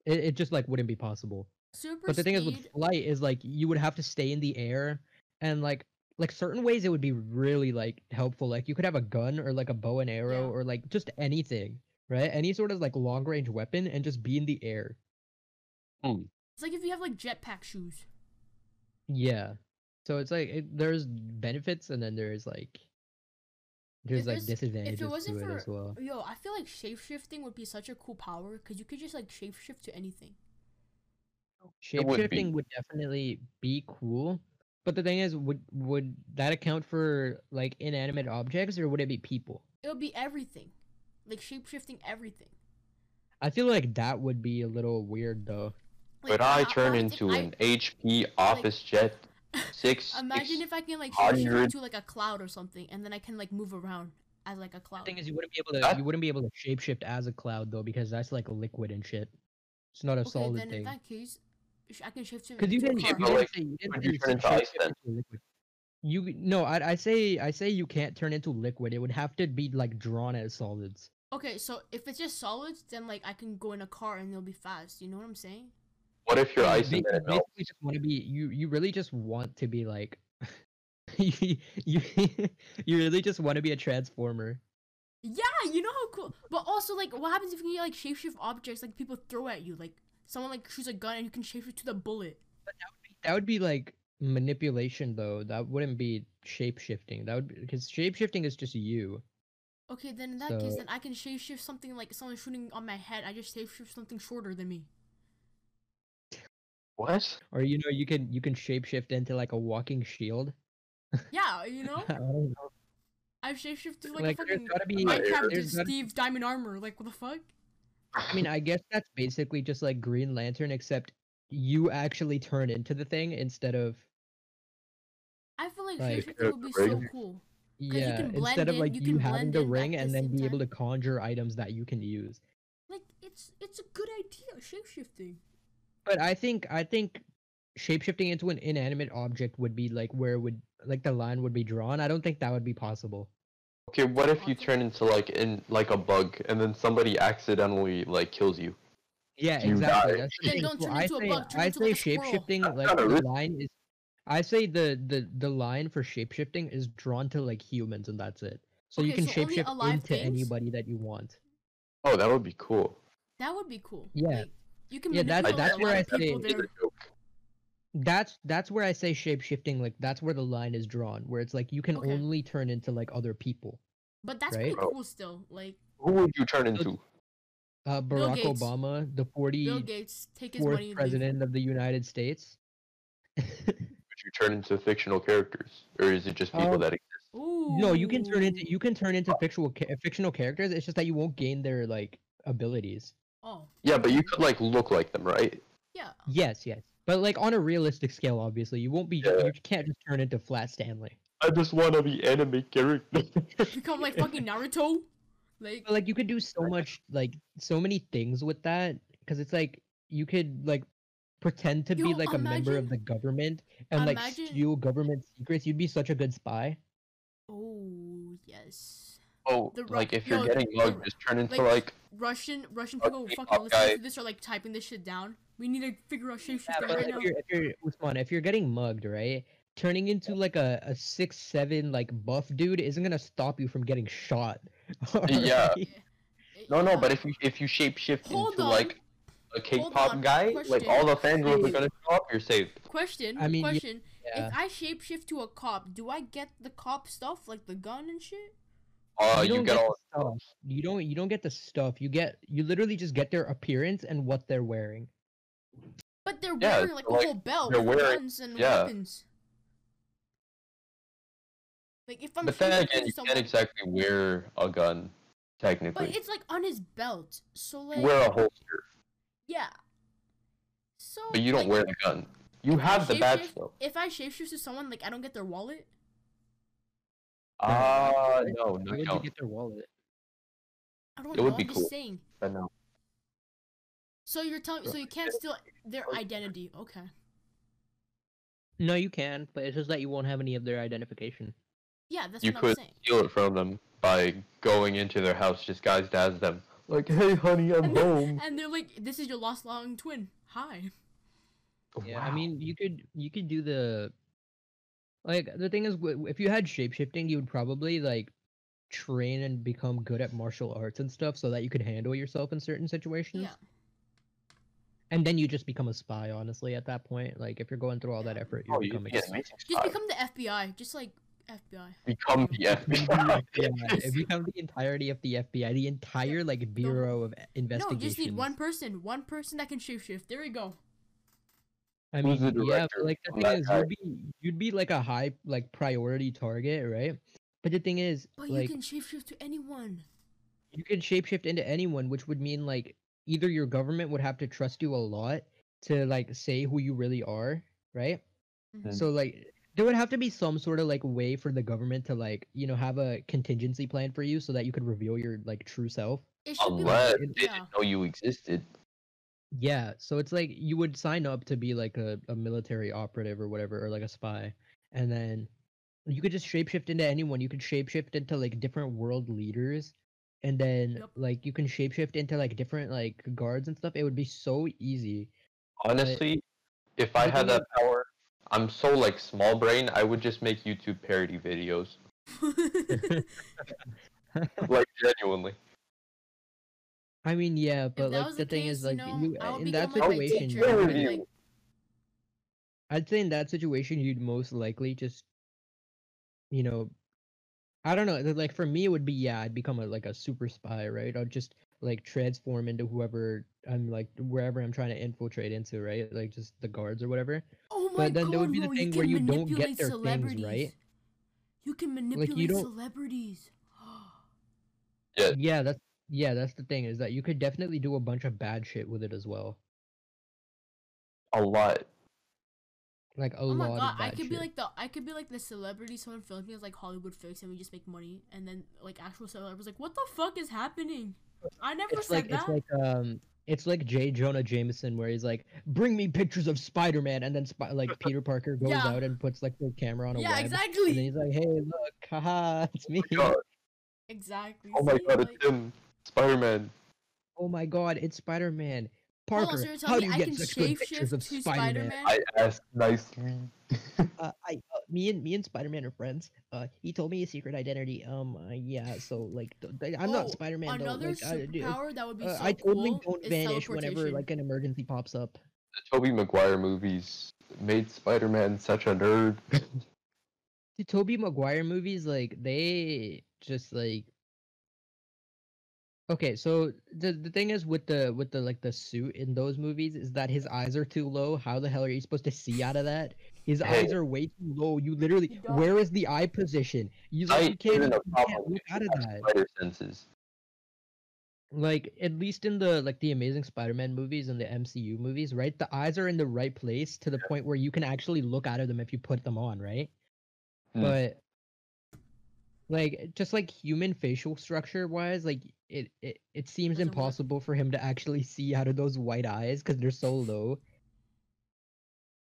Speaker 2: it, it just like wouldn't be possible.
Speaker 4: Super
Speaker 2: But the thing is,
Speaker 4: speed.
Speaker 2: with flight is like you would have to stay in the air, and like like certain ways it would be really like helpful. Like you could have a gun or like a bow and arrow
Speaker 4: Yeah.
Speaker 2: or like just anything, right? Any sort of like long range weapon and just be in the air.
Speaker 4: It's like if you have like jetpack shoes.
Speaker 2: Yeah. So it's like it, there's benefits and then there's like There's like
Speaker 4: there's- if it
Speaker 2: disadvantages to
Speaker 4: wasn't
Speaker 2: it
Speaker 4: for-
Speaker 2: as well.
Speaker 4: Yo, I feel like shapeshifting would be such a cool power because you could just like shapeshift to anything.
Speaker 3: It would be.
Speaker 2: Shapeshifting would definitely be cool, but the thing is, would would that account for like inanimate objects or would it be people?
Speaker 4: It would be everything, like shapeshifting everything.
Speaker 2: I feel like that would be a little weird though.
Speaker 4: Like,
Speaker 3: Could I
Speaker 4: uh,
Speaker 3: turn
Speaker 4: uh,
Speaker 3: into
Speaker 4: I-
Speaker 3: an HP office jet? Six.
Speaker 4: Imagine if I can like shapeshift
Speaker 3: 600
Speaker 4: into like a cloud or something, and then I can like move around as like a
Speaker 2: The
Speaker 4: cloud.
Speaker 2: thing is, you wouldn't be able to
Speaker 3: That-
Speaker 2: you wouldn't be able to shapeshift as a cloud though because that's like a liquid and shit. It's not a
Speaker 4: okay,
Speaker 2: solid
Speaker 4: then in
Speaker 2: thing.
Speaker 4: that case, sh- I can shift to.
Speaker 2: Because you
Speaker 4: into a
Speaker 2: didn't,
Speaker 3: Okay,
Speaker 2: you didn't
Speaker 4: car.
Speaker 3: but, like,
Speaker 2: say you didn't
Speaker 3: would
Speaker 2: say
Speaker 3: you turn into
Speaker 2: shapeshift
Speaker 3: ice then?
Speaker 2: into liquid. You no, I I say I say you can't turn into liquid. It would have to be like drawn as solids.
Speaker 4: Okay, so if it's just solids, then like I can go in a car and they'll be fast. You know what I'm saying?
Speaker 3: What if you're
Speaker 2: Yeah,
Speaker 3: ice
Speaker 2: ba-
Speaker 3: and then
Speaker 2: you
Speaker 3: it melts?
Speaker 2: basically just want to be you you really just want to be like you you, you really just want to be a transformer
Speaker 4: Yeah, you know how cool. But also, like, what happens if you can like shapeshift objects like people throw at you? Like someone like shoots a gun and you can shapeshift to the bullet.
Speaker 2: that would be like manipulation though that wouldn't be shape shifting that would because shape shifting is just you
Speaker 4: Okay, then in that case,
Speaker 2: So-
Speaker 4: then I can shapeshift something like someone shooting on my head. I just shapeshift something shorter than me.
Speaker 3: What?
Speaker 2: or you know you can you can shape shift into like a walking shield
Speaker 4: Yeah, you know,
Speaker 2: I don't know.
Speaker 4: I've shapeshifted to, Oh, like,
Speaker 2: like,
Speaker 4: a
Speaker 2: there's
Speaker 4: fucking
Speaker 2: gotta be
Speaker 4: Minecraft
Speaker 2: there's
Speaker 4: is
Speaker 2: gotta,
Speaker 4: Steve Diamond Armor. Like what the fuck?
Speaker 2: I mean I guess that's basically just like Green Lantern except you actually turn into the thing instead of
Speaker 4: I feel like
Speaker 2: Like,
Speaker 4: shapeshifting would be so
Speaker 3: regular-
Speaker 4: cool. you
Speaker 2: yeah
Speaker 4: can blend
Speaker 2: instead of
Speaker 4: in-
Speaker 2: like
Speaker 4: you
Speaker 2: you,
Speaker 4: can
Speaker 2: having
Speaker 4: blend
Speaker 2: the
Speaker 4: in at
Speaker 2: ring
Speaker 4: the
Speaker 2: and then
Speaker 4: same
Speaker 2: be able to
Speaker 4: time.
Speaker 2: conjure items that you can use
Speaker 4: Like it's it's a good idea shapeshifting.
Speaker 2: but I think I think shapeshifting into an inanimate object would be like where it would like the line would be drawn. I don't think that would be possible.
Speaker 3: Okay, what if you
Speaker 4: Awesome.
Speaker 3: turn into like in like a bug and then somebody accidentally like kills you?
Speaker 2: Yeah,
Speaker 3: You
Speaker 2: exactly.
Speaker 3: die.
Speaker 2: That's the
Speaker 4: Then
Speaker 2: thing.
Speaker 4: don't
Speaker 2: So
Speaker 4: turn into
Speaker 2: I
Speaker 4: a
Speaker 2: say,
Speaker 4: bug, turn
Speaker 2: I
Speaker 4: into,
Speaker 2: say
Speaker 4: like, a squirrel.
Speaker 2: shapeshifting like
Speaker 3: not a
Speaker 2: the
Speaker 3: risk.
Speaker 2: line is. I say the the the line for shapeshifting is drawn to like humans and that's it. So you
Speaker 4: Okay,
Speaker 2: can
Speaker 4: so only
Speaker 2: shapeshift
Speaker 4: alive
Speaker 2: into
Speaker 4: things?
Speaker 2: anybody that you want.
Speaker 3: Oh, that would be cool.
Speaker 4: That would be cool.
Speaker 2: Yeah.
Speaker 4: Like, you can
Speaker 2: Yeah, that-
Speaker 4: manipulate
Speaker 2: that's
Speaker 4: a
Speaker 2: where
Speaker 4: lot
Speaker 2: I
Speaker 4: of people
Speaker 2: think-
Speaker 3: It's
Speaker 4: there.
Speaker 3: a joke.
Speaker 2: That's that's where I say shapeshifting. Like that's where the line is drawn, where it's like you can
Speaker 4: Okay.
Speaker 2: only turn into like other people.
Speaker 4: But that's
Speaker 2: right?
Speaker 4: pretty cool still. Like
Speaker 3: Who would you turn into?
Speaker 2: Uh, Barack
Speaker 4: Gates.
Speaker 2: Obama, the forty
Speaker 4: Bill Gates take his
Speaker 2: fourth
Speaker 4: money and leave.
Speaker 2: president of the United States.
Speaker 3: Would you turn into fictional characters, or is it just people
Speaker 2: Um,
Speaker 3: that? Exist?
Speaker 4: Ooh.
Speaker 2: no, you can turn into you can turn into fictional ca- fictional characters. It's just that you won't gain their like abilities.
Speaker 4: Oh.
Speaker 3: Yeah, but you could like look like them, right?
Speaker 4: Yeah.
Speaker 2: Yes, yes, but like on a realistic scale, obviously, you won't be.
Speaker 3: Yeah.
Speaker 2: You can't just turn into Flat Stanley.
Speaker 3: I just want to be anime character.
Speaker 4: Become like fucking Naruto. Like
Speaker 2: But like you could do so much, like so many things with that, because it's like you could like pretend to be
Speaker 4: Yo,
Speaker 2: like a member of
Speaker 4: imagine-
Speaker 2: the government and like
Speaker 4: imagine-
Speaker 2: steal government secrets. You'd be such a good spy.
Speaker 4: oh yes.
Speaker 3: oh,
Speaker 4: The rock-
Speaker 3: like if you're
Speaker 4: no,
Speaker 3: getting
Speaker 4: the
Speaker 3: mugged,
Speaker 4: ro-
Speaker 3: just turn into
Speaker 4: like,
Speaker 3: like
Speaker 4: Russian Russian
Speaker 3: Fuck
Speaker 4: people
Speaker 3: me
Speaker 4: fucking
Speaker 3: up,
Speaker 4: listening
Speaker 3: guys.
Speaker 4: to this are like typing this shit down. We need to figure out shapeshifting
Speaker 2: Yeah, but
Speaker 4: right
Speaker 2: if
Speaker 4: now.
Speaker 2: you're if you're Usman, if you're getting mugged, right? Turning into like a, a six seven like buff dude isn't gonna stop you from getting shot.
Speaker 3: Yeah.
Speaker 2: alright?
Speaker 3: No, no,
Speaker 4: Yeah.
Speaker 3: but if you if you shapeshift
Speaker 4: uh, Hold
Speaker 3: into
Speaker 4: on.
Speaker 3: like a
Speaker 4: Hold
Speaker 3: K-pop
Speaker 4: on.
Speaker 3: guy, like
Speaker 4: Question.
Speaker 3: all the fans are
Speaker 4: Question.
Speaker 3: gonna stop. You're saved.
Speaker 4: question
Speaker 2: I mean, yeah,
Speaker 4: question.
Speaker 2: yeah.
Speaker 4: If I shapeshift to a cop, do I get the cop stuff like the gun and shit?
Speaker 3: Oh,
Speaker 2: You
Speaker 3: you,
Speaker 2: don't
Speaker 3: get
Speaker 2: get
Speaker 3: all.
Speaker 2: Stuff. You don't you don't get the stuff. You get you literally just get their appearance and what they're wearing.
Speaker 4: But they're
Speaker 3: Yeah,
Speaker 4: wearing like a
Speaker 3: so, like,
Speaker 4: whole belt
Speaker 3: they're
Speaker 4: with
Speaker 3: wearing-
Speaker 4: guns and
Speaker 3: yeah.
Speaker 4: weapons. Like if I'm
Speaker 3: But then
Speaker 4: shooting
Speaker 3: again,
Speaker 4: to
Speaker 3: you
Speaker 4: someone-
Speaker 3: can't exactly wear a gun
Speaker 4: But
Speaker 3: technically.
Speaker 4: it's like on his belt, so like
Speaker 3: You wear a holster,
Speaker 4: yeah. So
Speaker 3: but you don't
Speaker 4: like,
Speaker 3: wear the gun. You have the badge
Speaker 4: shapeshift-
Speaker 3: though.
Speaker 4: If I shapeshift to someone, like I don't get their wallet.
Speaker 3: Ah, no,
Speaker 2: Why
Speaker 3: no,
Speaker 2: would
Speaker 3: no,
Speaker 2: you get their wallet?
Speaker 4: I don't
Speaker 3: It
Speaker 4: know.
Speaker 3: would
Speaker 4: I'm
Speaker 3: be
Speaker 4: just
Speaker 3: cool.
Speaker 4: saying.
Speaker 3: but no.
Speaker 4: So you're telling, so you can't steal their identity. Okay.
Speaker 2: No, you can, but it's just that you won't have any of their identification.
Speaker 4: Yeah, that's
Speaker 3: You
Speaker 4: what I'm
Speaker 3: could
Speaker 4: saying.
Speaker 3: steal it from them by going into their house disguised as them. Like, hey, honey, I'm
Speaker 4: And then-
Speaker 3: home.
Speaker 4: And they're like, "This is your lost long twin. Hi."
Speaker 2: Yeah, I mean, you could you could do the like the thing is w- if you had shapeshifting, you would probably like train and become good at martial arts and stuff so that you could handle yourself in certain situations.
Speaker 4: Yeah.
Speaker 2: And then you just become a spy honestly at that point. Like if you're going through all that
Speaker 4: Yeah.
Speaker 2: effort, you're
Speaker 3: oh, you
Speaker 2: becoming
Speaker 3: could
Speaker 2: a
Speaker 3: be an
Speaker 2: spy.
Speaker 3: amazing
Speaker 4: Just
Speaker 3: spy.
Speaker 4: become the FBI. Just like FBI.
Speaker 3: Become the FBI.
Speaker 2: If you have the entirety of the FBI, the entire like Bureau of
Speaker 4: No,
Speaker 2: Investigation.
Speaker 4: you just need one person. One person that can shapeshift. There we go.
Speaker 2: I mean,
Speaker 3: Who's the
Speaker 2: yeah,
Speaker 3: director
Speaker 2: but like the
Speaker 3: on
Speaker 2: thing
Speaker 3: that
Speaker 2: is,
Speaker 3: guy?
Speaker 2: you'd be you'd be like a high like priority target, right? But the thing is,
Speaker 4: But
Speaker 2: like
Speaker 4: you can shapeshift to anyone.
Speaker 2: you can shapeshift into anyone, which would mean like either your government would have to trust you a lot to like say who you really are, right?
Speaker 4: Mhm.
Speaker 2: So like there would have to be some sort of like way for the government to like you know have a contingency plan for you so that you could reveal your like true self.
Speaker 4: It should be
Speaker 3: Unless
Speaker 4: like,
Speaker 3: they
Speaker 4: yeah.
Speaker 3: didn't know you existed.
Speaker 2: Yeah, so it's like you would sign up to be like a, a military operative or whatever, or like a spy, and then you could just shapeshift into anyone. You could shapeshift into like different world leaders, and then
Speaker 4: Yup.
Speaker 2: like you can shapeshift into like different like guards and stuff. It would be so easy.
Speaker 3: Honestly, if I
Speaker 2: the
Speaker 3: had
Speaker 2: thing is-
Speaker 3: that power, I'm so like small brain. I would just make YouTube parody videos. Like genuinely.
Speaker 2: I mean, yeah, but
Speaker 4: that
Speaker 2: like
Speaker 4: was
Speaker 2: the,
Speaker 4: the
Speaker 2: thing
Speaker 4: case,
Speaker 2: is,
Speaker 4: you
Speaker 2: like
Speaker 4: know,
Speaker 2: you,
Speaker 4: I would
Speaker 2: in that
Speaker 4: become, like, a
Speaker 2: situation,
Speaker 4: teacher.
Speaker 2: you
Speaker 4: I'd
Speaker 2: would-
Speaker 4: be like,
Speaker 2: I'd say in that situation, you'd most likely just, you know, I don't know. th- Like for me, it would be yeah, I'd become a, like a super spy, right? I'd just like transform into whoever I'm like wherever I'm trying to infiltrate into, right? Like just the guards or whatever.
Speaker 4: Oh my
Speaker 2: But then
Speaker 4: god,
Speaker 2: there would be the
Speaker 4: bro,
Speaker 2: thing
Speaker 4: you
Speaker 2: where
Speaker 4: can
Speaker 2: you don't get
Speaker 4: manipulate
Speaker 2: their things, right?
Speaker 4: celebrities. You can manipulate
Speaker 2: don't-
Speaker 4: celebrities. Uh,
Speaker 3: Yeah.
Speaker 2: Yeah, that's yeah, that's the thing is that you could definitely do a bunch of bad shit with it as well,
Speaker 3: A lot.
Speaker 2: like a
Speaker 4: oh my
Speaker 2: lot
Speaker 4: god,
Speaker 2: of
Speaker 4: I
Speaker 2: bad
Speaker 4: could
Speaker 2: shit.
Speaker 4: be like the I could be like the celebrities someone films me as like Hollywood fakes and we just make money and then like actual celebrities like what the fuck is happening? I never
Speaker 2: it's like
Speaker 4: said that.
Speaker 2: it's like um it's like J. Jonah Jameson where he's like, bring me pictures of Spider Man and then Spi- like Peter Parker goes
Speaker 4: Yeah.
Speaker 2: out and puts like the camera on a
Speaker 4: yeah,
Speaker 2: web. And then
Speaker 4: exactly.
Speaker 2: he's like, hey look, haha, it's me.
Speaker 3: Oh God.
Speaker 4: Exactly.
Speaker 3: Oh my
Speaker 4: see,
Speaker 3: god,
Speaker 4: like-
Speaker 3: it's him. Spider Man.
Speaker 2: Oh my god, it's Spider Man.
Speaker 4: Hold on,
Speaker 2: Parker,
Speaker 4: so you're
Speaker 2: how
Speaker 4: telling me
Speaker 2: do you
Speaker 4: I
Speaker 2: get
Speaker 4: can
Speaker 2: such good pictures
Speaker 4: shapeshift
Speaker 2: of
Speaker 4: to
Speaker 2: Spider Man?
Speaker 3: I asked nicely.
Speaker 2: Uh, I, uh, me and me and Spider Man are friends. Uh, he told me his secret identity. Um, uh, yeah, so like, th- th- I'm
Speaker 4: Oh,
Speaker 2: not Spider Man though.
Speaker 4: Another
Speaker 2: Like, I, dude,
Speaker 4: superpower that would be
Speaker 2: uh,
Speaker 4: so
Speaker 2: I totally
Speaker 4: cool
Speaker 2: don't
Speaker 4: is
Speaker 2: vanish whenever
Speaker 4: teleportation.
Speaker 2: like an emergency pops up.
Speaker 3: The Tobey Maguire movies made Spider Man such a nerd.
Speaker 2: the Toby Maguire movies, like they just like Okay, so the the thing is with the with the like the suit in those movies is that his eyes are too low. How the hell are you supposed to see out of that? His eyes are way too low. You literally
Speaker 4: Yeah.
Speaker 2: where is the eye position? You, like, you
Speaker 3: Sight
Speaker 2: can't,
Speaker 3: isn't a
Speaker 2: you can't
Speaker 3: problem.
Speaker 2: look out
Speaker 3: You
Speaker 2: of
Speaker 3: have
Speaker 2: that.
Speaker 3: Spider senses.
Speaker 2: Like at least in the like the Amazing Spider-Man movies and the MCU movies, right? The eyes are in the right place to the point where you can actually look out of them if you put them on, right?
Speaker 3: Mm.
Speaker 2: but like just like human facial structure wise like it it, it seems
Speaker 4: Doesn't work.
Speaker 2: impossible for him to actually see out of those white eyes because they're so low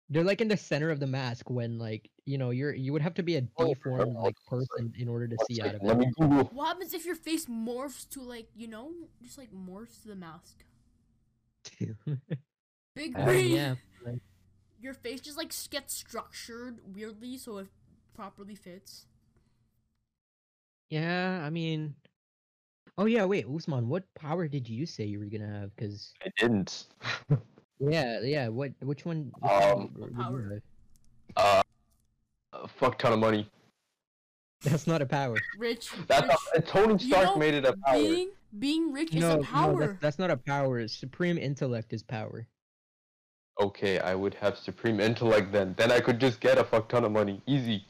Speaker 2: they're like in the center of the mask when like you know you're you would have to be a
Speaker 3: Oh,
Speaker 2: deformed
Speaker 3: oh,
Speaker 2: like
Speaker 3: sorry.
Speaker 2: person in order to
Speaker 3: One
Speaker 2: see out
Speaker 3: second,
Speaker 2: of
Speaker 3: Let
Speaker 2: it
Speaker 3: me Google.
Speaker 4: What happens if your face morphs to like you know just like morphs to the mask? Big
Speaker 3: Uh,
Speaker 4: brain.
Speaker 2: yeah like,
Speaker 4: Your face just like s- gets structured weirdly so it properly fits.
Speaker 2: yeah i mean oh yeah wait usman what power did you say you were gonna have because
Speaker 3: I didn't.
Speaker 2: yeah yeah what which one which
Speaker 3: Um,
Speaker 2: one would you
Speaker 4: Power.
Speaker 2: have?
Speaker 3: Uh, a fuck ton of money.
Speaker 2: that's not a power
Speaker 4: Rich.
Speaker 3: That's
Speaker 4: rich.
Speaker 3: a, Tony
Speaker 4: You
Speaker 3: Stark
Speaker 4: know,
Speaker 3: made it a power.
Speaker 4: Being being rich is a power.
Speaker 2: that's, that's not a power. Supreme intellect is power.
Speaker 3: Okay, I would have supreme intellect then. Then I could just get a fuck ton of money, easy.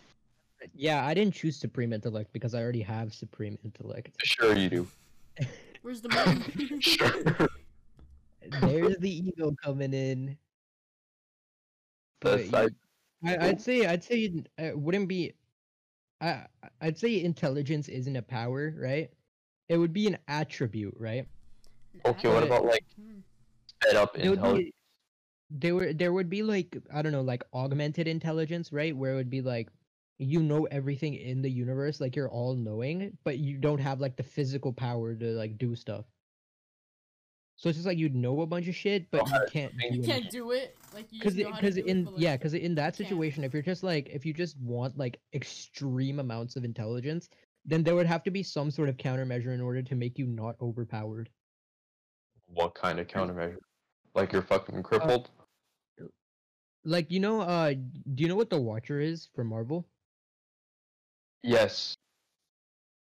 Speaker 2: Yeah, I didn't choose supreme intellect because I already have supreme intellect.
Speaker 3: Sure you do.
Speaker 4: Where's the money?
Speaker 3: Sure.
Speaker 2: There's the ego coming in. But
Speaker 3: That's, I,
Speaker 2: I, I'd say I'd say it uh, wouldn't be. I I- I'd say intelligence isn't a power, right? It would be an attribute, right?
Speaker 3: okay, what
Speaker 2: But-
Speaker 3: about like
Speaker 4: Hmm.
Speaker 3: sped up
Speaker 2: There would
Speaker 3: intelligence?
Speaker 2: be, there were there would be like I don't know like augmented intelligence, right? Where it would be like you know everything in the universe, like you're all knowing, but you don't have like the physical power to like do stuff. So it's just like you know a bunch of shit, but you can't
Speaker 3: think-
Speaker 4: You
Speaker 2: do
Speaker 4: can't do it. Like you
Speaker 2: because
Speaker 4: just know how to
Speaker 2: because
Speaker 4: do it,
Speaker 2: in
Speaker 4: but, like,
Speaker 2: yeah because in that
Speaker 4: can't.
Speaker 2: situation, if you're just like if you just want like extreme amounts of intelligence, then there would have to be some sort of countermeasure in order to make you not overpowered.
Speaker 3: What kind of countermeasure? Like you're fucking crippled?
Speaker 2: uh, Like you know, uh, do you know what the Watcher is from Marvel?
Speaker 3: Yes.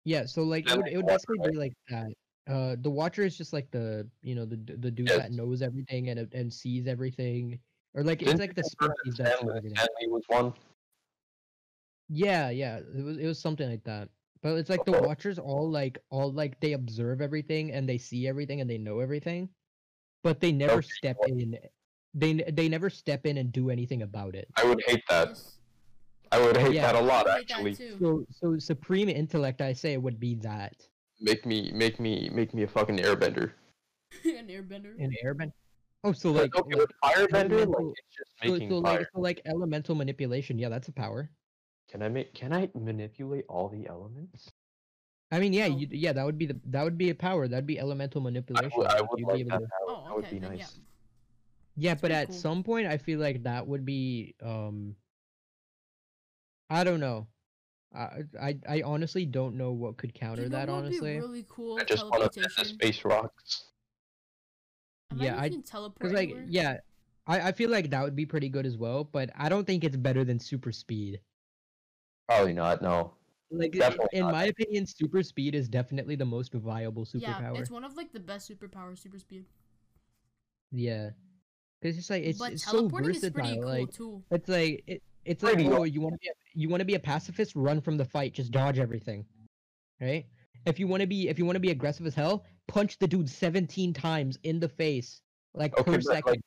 Speaker 2: Yeah, so like
Speaker 3: Yeah,
Speaker 2: it would,
Speaker 3: like
Speaker 2: it would
Speaker 3: Watcher,
Speaker 2: basically be like that. Uh, the Watcher is just like the you know the d- the dude that
Speaker 3: Yes.
Speaker 2: knows everything and and sees everything, or like it's
Speaker 3: Didn't
Speaker 2: like the
Speaker 3: people versus
Speaker 2: species that
Speaker 3: Stanley-
Speaker 2: sees everything.
Speaker 3: Stanley was one.
Speaker 2: Yeah, yeah, it was it was something like that. But it's like the
Speaker 3: Okay.
Speaker 2: Watchers all like all like they observe everything and they see everything and they know everything, but they never
Speaker 3: Okay,
Speaker 2: step in. They n- they never step in and do anything about it.
Speaker 3: I would hate that.
Speaker 4: Yes.
Speaker 3: I would hate
Speaker 2: Yeah.
Speaker 3: that a lot,
Speaker 4: I hate that
Speaker 3: actually.
Speaker 4: too.
Speaker 2: So so supreme intellect, I say, would be that
Speaker 3: Make me, make me, make me a fucking airbender.
Speaker 4: An airbender.
Speaker 2: in Airbender. Oh, so
Speaker 3: Hmm. But,
Speaker 2: like
Speaker 3: okay,
Speaker 2: like-
Speaker 3: with firebender, like
Speaker 2: elemental-
Speaker 3: it's just
Speaker 2: So,
Speaker 3: making
Speaker 2: so
Speaker 3: fire.
Speaker 2: like, so like elemental manipulation, yeah, that's a power.
Speaker 3: Can I make? Can I manipulate all the elements?
Speaker 2: I mean, yeah,
Speaker 4: Oh.
Speaker 2: you, yeah, that would be the that would be a power. That'd be elemental
Speaker 3: I
Speaker 2: manipulation.
Speaker 3: would, I
Speaker 2: like,
Speaker 3: would
Speaker 2: you'd be
Speaker 3: like
Speaker 2: able
Speaker 3: that.
Speaker 2: to-
Speaker 3: power.
Speaker 4: Oh,
Speaker 3: that would
Speaker 4: okay,
Speaker 3: be
Speaker 4: then, yeah.
Speaker 3: nice.
Speaker 2: Yeah,
Speaker 4: That's
Speaker 2: but
Speaker 4: pretty
Speaker 2: at
Speaker 4: cool.
Speaker 2: some point, I feel like that would be um. I don't know. I I I honestly don't know what could
Speaker 4: You
Speaker 2: counter
Speaker 4: know
Speaker 2: that. eh?
Speaker 4: what would be
Speaker 2: Honestly,
Speaker 4: really cool
Speaker 3: I just want to visit
Speaker 4: teleportation.
Speaker 3: space rocks.
Speaker 4: Imagine
Speaker 2: Yeah,
Speaker 4: if
Speaker 2: I-
Speaker 4: you can teleport
Speaker 2: because like
Speaker 4: anywhere.
Speaker 2: yeah, I I feel like that would be pretty good as well. But I don't think it's better than super speed.
Speaker 3: Probably not. No.
Speaker 2: Like i-
Speaker 3: Definitely
Speaker 2: in
Speaker 3: not.
Speaker 2: my opinion, super speed is definitely the most viable superpower.
Speaker 4: Yeah, it's one of like the best superpowers, super speed.
Speaker 2: Yeah, because it's like it's,
Speaker 4: but
Speaker 2: it's so
Speaker 4: teleporting is
Speaker 2: versatile.
Speaker 4: pretty cool
Speaker 2: like
Speaker 4: too.
Speaker 2: it's like it, it's like
Speaker 3: Pretty
Speaker 2: oh you want to be a, you want to be a pacifist, run from the fight, just dodge everything, right? If you want to be if you want to be aggressive as hell, punch the dude seventeen times in the face, like
Speaker 3: Okay,
Speaker 2: per
Speaker 3: but, like,
Speaker 2: second.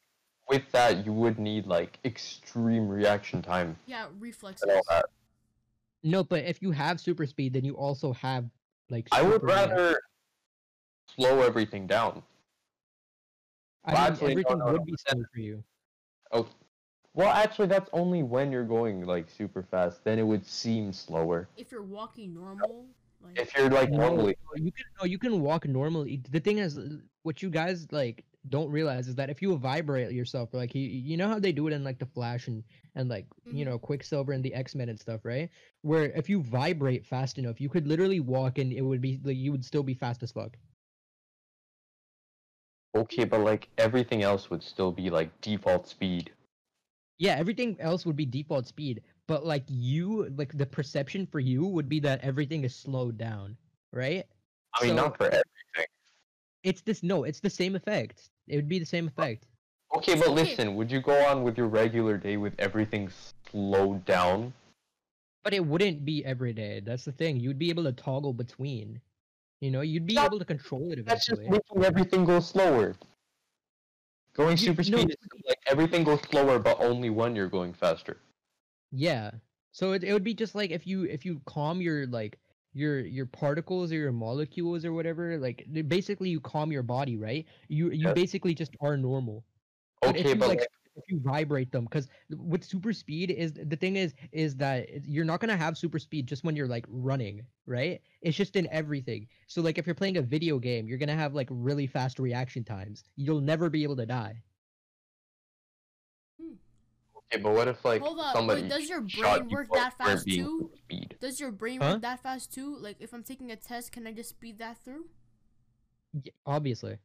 Speaker 3: With that, you would need like extreme reaction time
Speaker 4: Yeah, reflexes.
Speaker 3: and all that.
Speaker 2: No, but if you have super speed, then you also have like.
Speaker 3: I would
Speaker 2: super react-
Speaker 3: rather slow everything down.
Speaker 2: I mean,
Speaker 3: actually, no,
Speaker 2: everything
Speaker 3: no, no,
Speaker 2: would be
Speaker 3: but
Speaker 2: slow for you.
Speaker 3: Well, actually, that's only when you're going like super fast. Then it would seem slower.
Speaker 4: If you're walking normal, like
Speaker 3: If you're like
Speaker 2: No,
Speaker 3: normally,
Speaker 2: no, you can no, you can walk normally. The thing is, uh, what you guys like don't realize is that if you vibrate yourself, like you, you know how they do it in like the Flash and and like you
Speaker 4: Mhm.
Speaker 2: know Quicksilver and the X Men and stuff, right? Where if you vibrate fast enough, you could literally walk and it would be like you would still be fast as fuck.
Speaker 3: okay, but like everything else would still be like default speed.
Speaker 2: Yeah, everything else would be default speed, but like you, like the perception for you would be that everything is slowed down, right?
Speaker 3: I mean,
Speaker 2: So-
Speaker 3: not for e-, every.
Speaker 2: It's this no, it's the same effect. It would be the same effect.
Speaker 3: Okay, but
Speaker 4: Okay.
Speaker 3: listen, would you go on with your regular day with everything slowed down?
Speaker 2: But it wouldn't be every day. That's the thing. You'd be able to toggle between. You know, you'd be
Speaker 3: No,
Speaker 2: able to control it
Speaker 3: That's just
Speaker 2: eventually.
Speaker 3: making everything go slower. Going
Speaker 2: You-
Speaker 3: super
Speaker 2: no,
Speaker 3: speed is like everything goes slower, but only when you're going faster.
Speaker 2: yeah. So it, it would be just like if you if you calm your like your your particles or your molecules or whatever, like th- basically you calm your body, right? You you
Speaker 3: Yes.
Speaker 2: basically just are normal. But if
Speaker 3: Okay,
Speaker 2: you,
Speaker 3: but
Speaker 2: like,
Speaker 3: like,
Speaker 2: if you vibrate them because with super speed is the thing is is that it- you're not going to have super speed just when you're like running right it's just in everything so like if you're playing a video game you're going to have like really fast reaction times you'll never be able to die
Speaker 3: okay, but what if like
Speaker 4: hold up,
Speaker 3: somebody
Speaker 4: wait, does your
Speaker 3: shot
Speaker 4: brain
Speaker 3: you
Speaker 4: work
Speaker 3: for-
Speaker 4: that
Speaker 3: for it
Speaker 4: fast
Speaker 3: being
Speaker 4: too?
Speaker 3: super Speed.
Speaker 4: Does your brain
Speaker 2: Huh?
Speaker 4: work that fast too? Like if I'm taking a test, can I just speed that through?
Speaker 2: Y- obviously